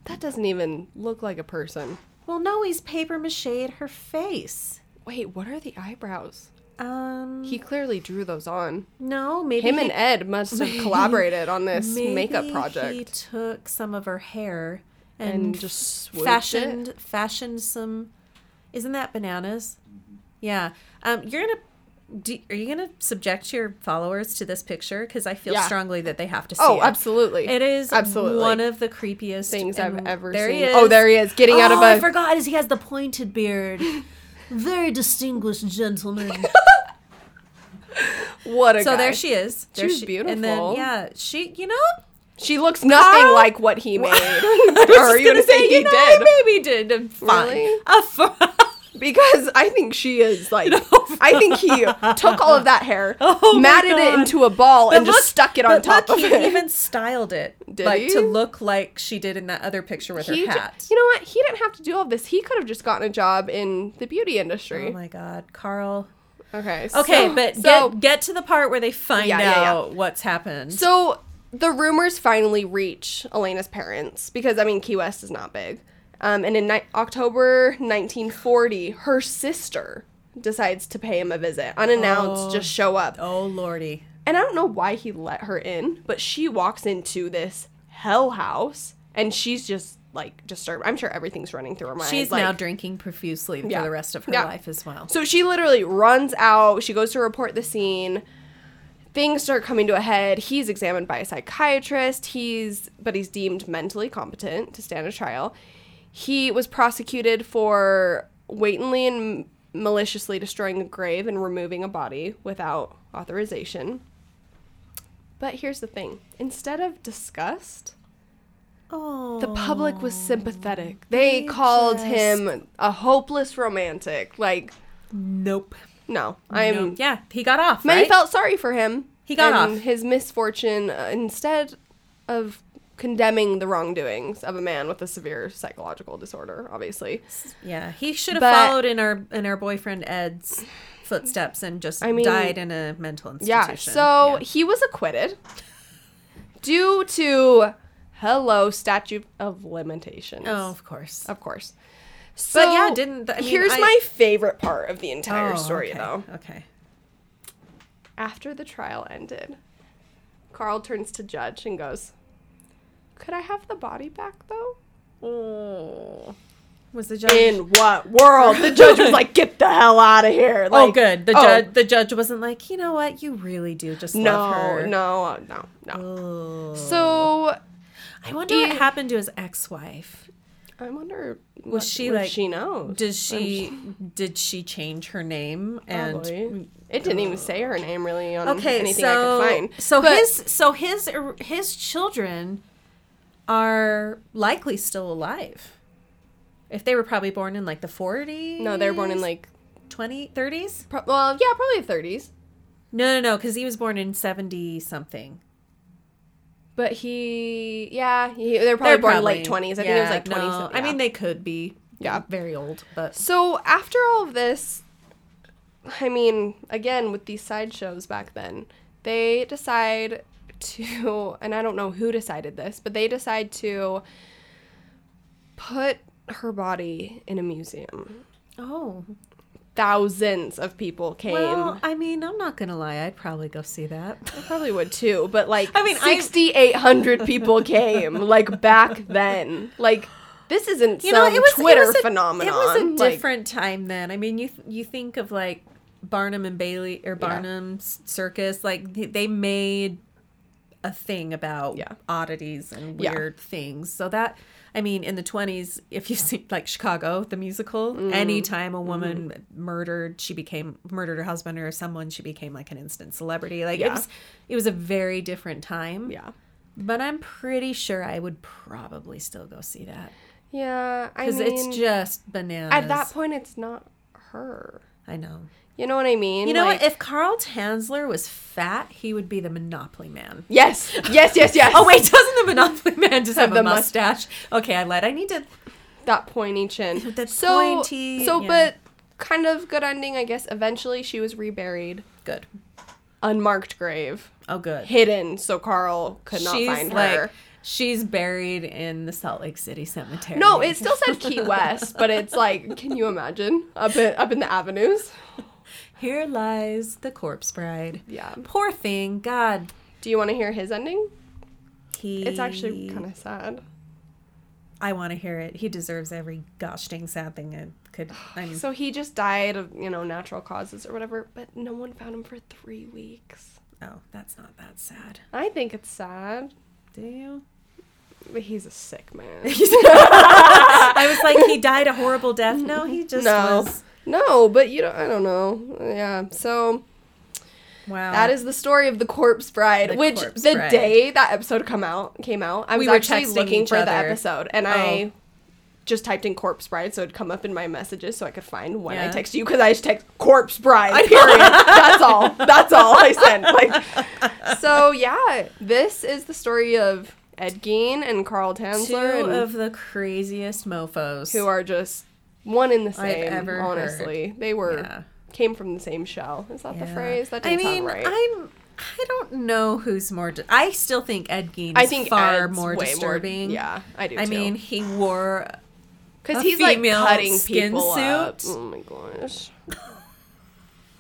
A: That doesn't even look like a person.
B: Well, no, he's paper mache at her face.
A: Wait, what are the eyebrows?
B: Um,
A: He clearly drew those on.
B: no, maybe
A: Him
B: he-
A: and Ed must have collaborated on this makeup
B: maybe He
A: project
B: took some of her hair and,
A: and just swooped it.
B: fashioned fashioned some. Isn't that bananas? Yeah. Um, you're gonna. Do, are you gonna subject your followers to this picture? Because I feel
A: Yeah.
B: strongly that they have to see.
A: Oh,
B: it.
A: absolutely.
B: It is
A: absolutely
B: one of the creepiest
A: things I've
B: and-
A: ever
B: there
A: seen.
B: He is.
A: Oh, there he is getting out of
B: Oh, I
A: a
B: forgot. Is he has the pointed beard? Very distinguished gentleman.
A: what a
B: So
A: guy.
B: there she is. There
A: She's
B: she, And then
A: beautiful.
B: yeah, she you know
A: She looks nothing
B: Carl-
A: like what he made.
B: I
A: or
B: was
A: are you
B: gonna
A: gonna say he
B: you know,
A: did?
B: I maybe did a fine.
A: Really?
B: A fine.
A: Because I think she is like I think he took all of that hair,
B: Oh my
A: matted it
B: God.
A: into a ball,
B: But
A: and
B: look-
A: just stuck it on
B: but
A: top
B: look,
A: of
B: he
A: it.
B: even styled it
A: Did
B: like
A: he?
B: to look like she did in that other picture with
A: He
B: her
A: ju-
B: hat.
A: you know what? He didn't have to do all this. He could have just gotten a job in the beauty
B: Oh
A: industry.
B: my god, Carl.
A: okay.
B: Okay,
A: so-
B: but
A: so
B: get get to the part where they find
A: Yeah, yeah, yeah.
B: out what's happened.
A: So the rumors finally reach Elena's parents because I mean Key West is not big. Um, and in ni- October 1940, her sister decides to pay him a visit, unannounced,
B: Oh.
A: just show up.
B: oh lordy.
A: And I don't know why he let her in, but she walks into this hell house and she's just like disturbed. I'm sure everything's running through her mind.
B: She's
A: like,
B: now drinking profusely
A: Yeah.
B: for the rest of her
A: Yeah.
B: life as well.
A: so she literally runs out. She goes to report the scene. Things start coming to a head. He's examined by a psychiatrist. He's but he's deemed mentally competent to stand a trial. He was prosecuted for wantonly and maliciously destroying a grave and removing a body without authorization. But here's the thing instead of disgust,
B: Oh.
A: the public was sympathetic. They called him a hopeless romantic. Like,
B: Nope.
A: no, I'm.
B: Yeah, he got off.
A: Many
B: right?
A: felt sorry for him.
B: He got
A: and
B: off.
A: His misfortune, uh, instead of condemning the wrongdoings of a man with a severe psychological disorder, obviously.
B: Yeah, he should have
A: But-
B: followed in our in our boyfriend Ed's footsteps and just
A: I mean-
B: died in a mental institution.
A: Yeah, so
B: Yeah.
A: he was acquitted due to hello statute of limitations.
B: oh, of course.
A: of course. So
B: But yeah, didn't th- I mean,
A: here's
B: I-
A: my favorite part of the entire
B: Oh,
A: story,
B: okay,
A: though.
B: Okay.
A: After the trial ended, Carl turns to Judge and goes, "Could I have the body back, though?"
B: Oh. Was the judge?
A: In what world? The judge was like, "Get the hell out of here!"
B: oh,
A: Like,
B: good. The
A: oh,
B: judge. The judge wasn't like, you know what? You really do just love
A: No,
B: her.
A: no, no, no.
B: Oh.
A: So
B: I wonder
A: Yeah.
B: what happened to his ex-wife.
A: I wonder, was
B: she, like,
A: she knows?
B: Does she? Did she change her name? And
A: Probably. it didn't even say her name really on
B: okay,
A: anything
B: so
A: I could find.
B: so
A: But-
B: his so his er- his children are likely still alive. If they were probably born in like the 40s.
A: no, they were born in like
B: 20 30s?
A: pro- well, yeah, probably thirties.
B: No, no, no, cuz he was born in 70 something.
A: But he, yeah, he, they were probably
B: They're
A: born
B: probably-
A: late twenties. I think it was
B: yeah,
A: like twenty.
B: no, I mean, they could be.
A: Yeah.
B: very old, but
A: So after all of this, I mean, again with these sideshows back then, they decide to, and I don't know who decided this, but they decide to put her body in a museum.
B: oh.
A: Thousands of people came.
B: Well, I mean, I'm not going to lie. I'd probably go see that.
A: Probably would too, but like I
B: I
A: mean,
B: mean, I-
A: 6,800 people came like back then. Like this isn't
B: you
A: some
B: know, it was
A: Twitter
B: it was a,
A: phenomenon.
B: It was a
A: Like,
B: different time then. I mean, you th- you think of like Barnum and Bailey or Barnum's Circus, like th- they made a thing about
A: Yeah.
B: oddities and
A: Yeah.
B: weird things. So that I mean, in the twenties, if you've seen like Chicago, the musical,
A: Mm-hmm.
B: anytime a woman murdered, she became murdered her husband or someone, she became like an instant celebrity. Like
A: Yeah.
B: it was, it was a very different time.
A: yeah.
B: But I'm pretty sure I would probably still go see that
A: Yeah, I
B: because
A: mean
B: it's just bananas.
A: at that point it's not her.
B: I know.
A: You know what I mean?
B: You know
A: Like-
B: what? If Carl Tanzler was fat, he would be the Monopoly Man.
A: yes. Yes, yes, yes.
B: Oh wait, doesn't the Monopoly Man just have
A: the
B: a mustache? Okay, I lied. I need to.
A: that pointy chin.
B: That
A: so,
B: pointy-
A: So
B: yeah.
A: but kind of good ending, I guess. Eventually she was reburied,
B: Good.
A: unmarked grave,
B: Oh, good.
A: hidden so Carl could not
B: she's
A: find
B: like,
A: her.
B: she's buried in the Salt Lake City cemetery.
A: No, it still said Key West, but it's like, can you imagine up in, up in the avenues?
B: here lies the corpse bride.
A: Yeah.
B: Poor thing. God.
A: Do you want to hear his ending?
B: He.
A: It's actually kind of sad.
B: I want to hear it. He deserves every gosh dang sad thing I could. I'm.
A: So he just died of you know natural causes or whatever, but no one found him for three weeks.
B: oh, that's not that sad.
A: I think it's sad,
B: Do you?
A: but he's a sick man.
B: I was like, he died a horrible death. No, he just
A: no,
B: was.
A: no, but you don't. I don't know. Yeah, so.
B: Wow.
A: That is the story of the Corpse Bride,
B: Uh, The
A: which
B: Corpse
A: the
B: Bride.
A: day that episode come out came out, I was
B: We were
A: actually
B: texting
A: looking
B: each
A: for the
B: other. Oh.
A: episode, and I just typed in Corpse Bride, so it'd come up in my messages, so I could find when I
B: Yeah.
A: text you because I just text Corpse Bride. Period. That's all. That's all I sent. Like, so yeah, this is the story of Ed Gein and Carl
B: two
A: Tanzler, and
B: of the craziest mofos.
A: who are just one in the
B: I've
A: same.
B: ever heard.
A: honestly, they were
B: Yeah.
A: came from the same shell. Is that the
B: Yeah.
A: phrase? That
B: I
A: didn't sound
B: mean,
A: right.
B: I'm. I don't know who's more. Di- I still think Ed Gein.
A: I think
B: far
A: Ed's
B: more
A: way
B: disturbing.
A: yeah, I do.
B: I
A: too.
B: mean, he wore.
A: because
B: a
A: he's like
B: female
A: cutting
B: skin
A: people up.
B: suit.
A: Oh my gosh!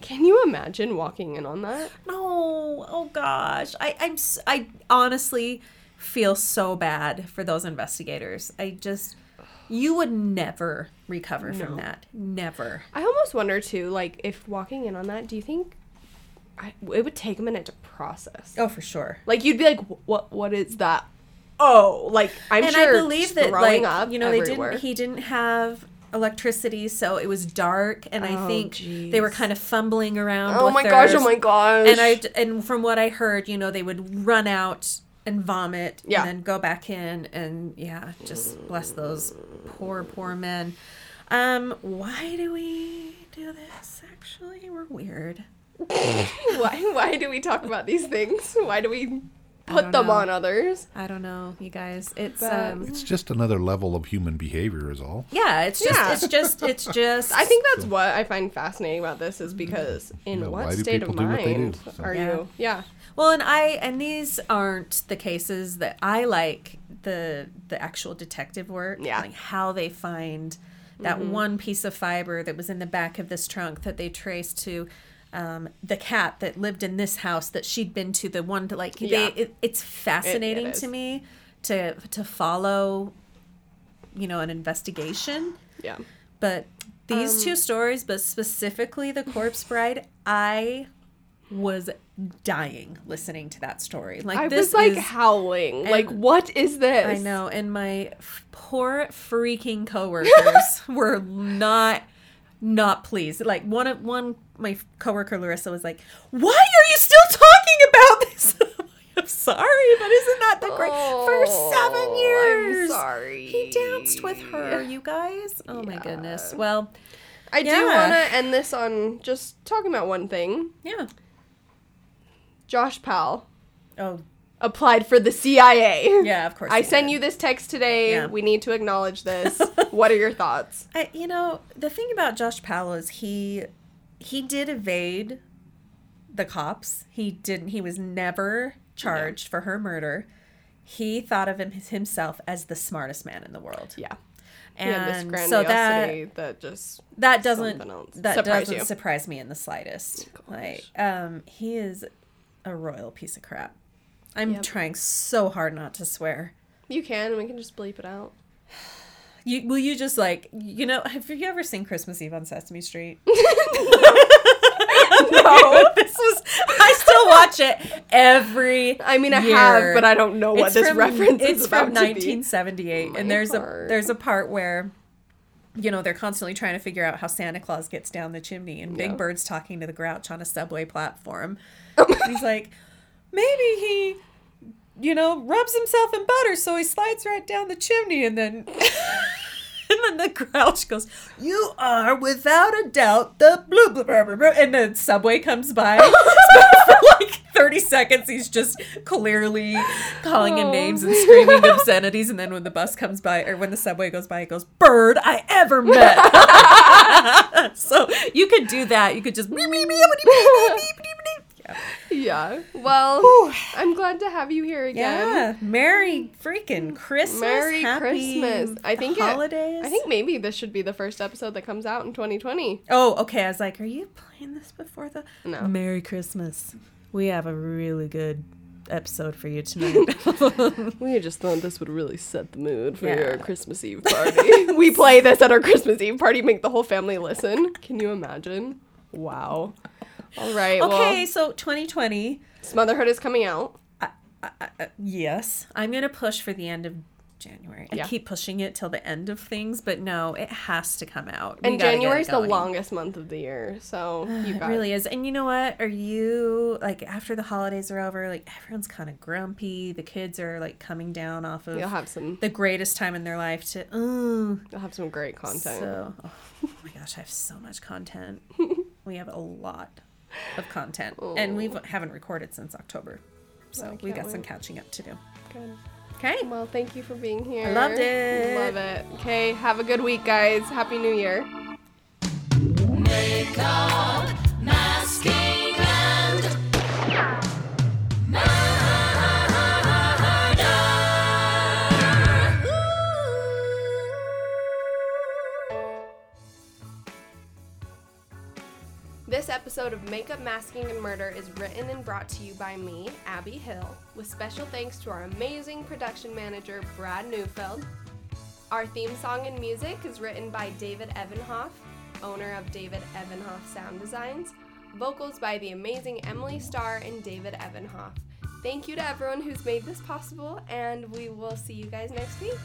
A: Can you imagine walking in on that?
B: No, oh gosh, I, I'm. s- I honestly feel so bad for those investigators. I just, you would never recover from that. Never.
A: I almost wonder too, like if walking in on that, do you think I, it would take a minute to process?
B: Oh, for sure.
A: Like you'd be like, what? What is that? Oh, like I'm
B: and
A: sure.
B: I believe
A: just
B: that,
A: throwing
B: like
A: up
B: you know,
A: everywhere.
B: they didn't. He didn't have electricity, so it was dark, and I
A: Oh,
B: think they were
A: jeez.
B: kind of fumbling around.
A: Oh
B: with
A: my
B: their-
A: gosh! Oh my gosh!
B: And I d- and from what I heard, you know, they would run out and vomit,
A: Yeah.
B: and then go back in, and yeah, just bless those poor poor men. Um, why do we do this? Actually, we're weird.
A: why why do we talk about these things? Why do we
B: don't
A: put them
B: know.
A: on others?
B: I don't know, you guys. It's
A: But-
B: um,
C: It's just another level of human behavior, is all.
B: yeah, it's just,
A: Yeah.
B: it's just, it's just.
A: I think that's what I find fascinating about this is because in
C: Yeah,
A: what
C: Mm. why do
A: state of
C: people do what they do?
A: mind
C: So-
A: are
B: Yeah.
A: you? Yeah.
B: Well, and I and these aren't the cases that I like the the actual detective work.
A: Yeah. Mm-hmm.
B: like how they find that one piece of fiber that was in the back of this trunk that they traced to um, the cat that lived in this house that she'd been to. The one that like
A: Yeah.
B: they, it, it's fascinating
A: is.
B: to me to to follow, you know, an investigation.
A: Yeah.
B: But these
A: Um,
B: two stories, but specifically The Corpse Bride, I was dying listening to that story. Like
A: I
B: this
A: was like
B: is,
A: howling. Like
B: and-
A: what is this?
B: I know, and my f- poor freaking coworkers were not not pleased. Like one of one my coworker Larissa was like, "Why are you still talking about this?" I'm like, I'm sorry, but isn't that the great
A: Oh, I'm
B: for 7 years?
A: sorry.
B: He danced with her, you guys. Oh my goodness. Well,
A: I do
B: Yeah.
A: want to end this on just talking about one thing.
B: yeah.
A: Josh Powell
B: Oh,
A: applied for the CIA.
B: Yeah, of course.
A: I
B: he
A: sent
B: did.
A: you this text today.
B: Yeah.
A: We need to acknowledge this. what are your thoughts?
B: I, you know, the thing about Josh Powell is he he did evade the cops. He didn't. He was never charged for her murder. He thought of him, himself as the smartest man in the world,
A: Yeah. He had this
B: and so that
A: grandiosity that, just
B: that doesn't
A: something else.
B: that
A: Surprise
B: doesn't
A: you.
B: surprise me in the slightest.
A: Gosh.
B: Like, um, he is a royal piece of crap. I'm
A: Yep.
B: trying so hard not to swear.
A: you can and we can just bleep it out.
B: You will you just like you know? Have you ever seen Christmas Eve on Sesame Street?
A: No.
B: this was I still watch it every
A: I mean, I
B: year.
A: have, but I don't know what
B: It's
A: this
B: from-
A: reference
B: it's
A: is
B: from
A: about to be.
B: 1978
A: My
B: and there's a
A: heart.
B: there's a part where you know, they're constantly trying to figure out how Santa Claus gets down the chimney and
A: Yeah. Oh
B: Big Bird's talking to the Grouch on a subway platform. He's like, "Maybe he you know, rubs himself in butter so he slides right down the chimney and then and then the grouch goes, You are without a doubt the blue blah, blah, blah, blah," and the subway comes by. So for like thirty seconds he's just clearly calling him
A: Oh.
B: names and screaming obscenities and then when the bus comes by or when the subway goes by it goes, Bird I ever met So you could do that. You could just meep, meep, meep, meep, meep, meep, meep, meep. Yeah.
A: Yeah. Well,
B: Whew.
A: I'm glad to have you here again.
B: Yeah, Merry freaking Christmas.
A: Merry
B: Happy
A: Christmas. I think it-
B: holidays.
A: I think maybe this should be the first episode that comes out in 2020.
B: Oh, okay. I was like, are you playing this before the
A: No.
B: Merry Christmas? We have a really good episode for you tonight.
A: We just thought this would really set the mood for
B: Yeah.
A: your Christmas Eve party. we play this at our Christmas Eve party, make the whole family listen. Can you imagine? Wow. All right.
B: okay,
A: Well,
B: so 2020.
A: Smotherhood is coming out.
B: Uh, yes, I'm gonna push for the end of January. I
A: Yeah.
B: keep pushing it till the end of things, but no, it has to come out. We
A: And
B: gotta get it
A: January's the
B: going.
A: longest month of the year, so you
B: It
A: got
B: really is. And you know what? Are you like after the holidays are over, like everyone's kind of grumpy. The kids are like coming down off of
A: You'll have some.
B: the greatest time in their life to ooh.
A: You'll have some great content.
B: So, oh my gosh, I have so much content. we have a lot of content, and we haven't recorded since October,
A: Oh. I
B: so we
A: can't
B: got some
A: wait.
B: catching up to do.
A: Good.
B: Okay,
A: Well, thank you for being here.
B: loved it.
A: Love it. Okay, have a good week, guys. Happy New Year. This episode of Makeup, Masking, and Murder is written and brought to you by me, Abby Hill, with special thanks to our amazing production manager, Brad Neufeld. Our theme song and music is written by David Evanhoff, owner of David Evanhoff Sound Designs. Vocals by the amazing Emily Starr and David Evanhoff. Thank you to everyone who's made this possible, and we will see you guys next week.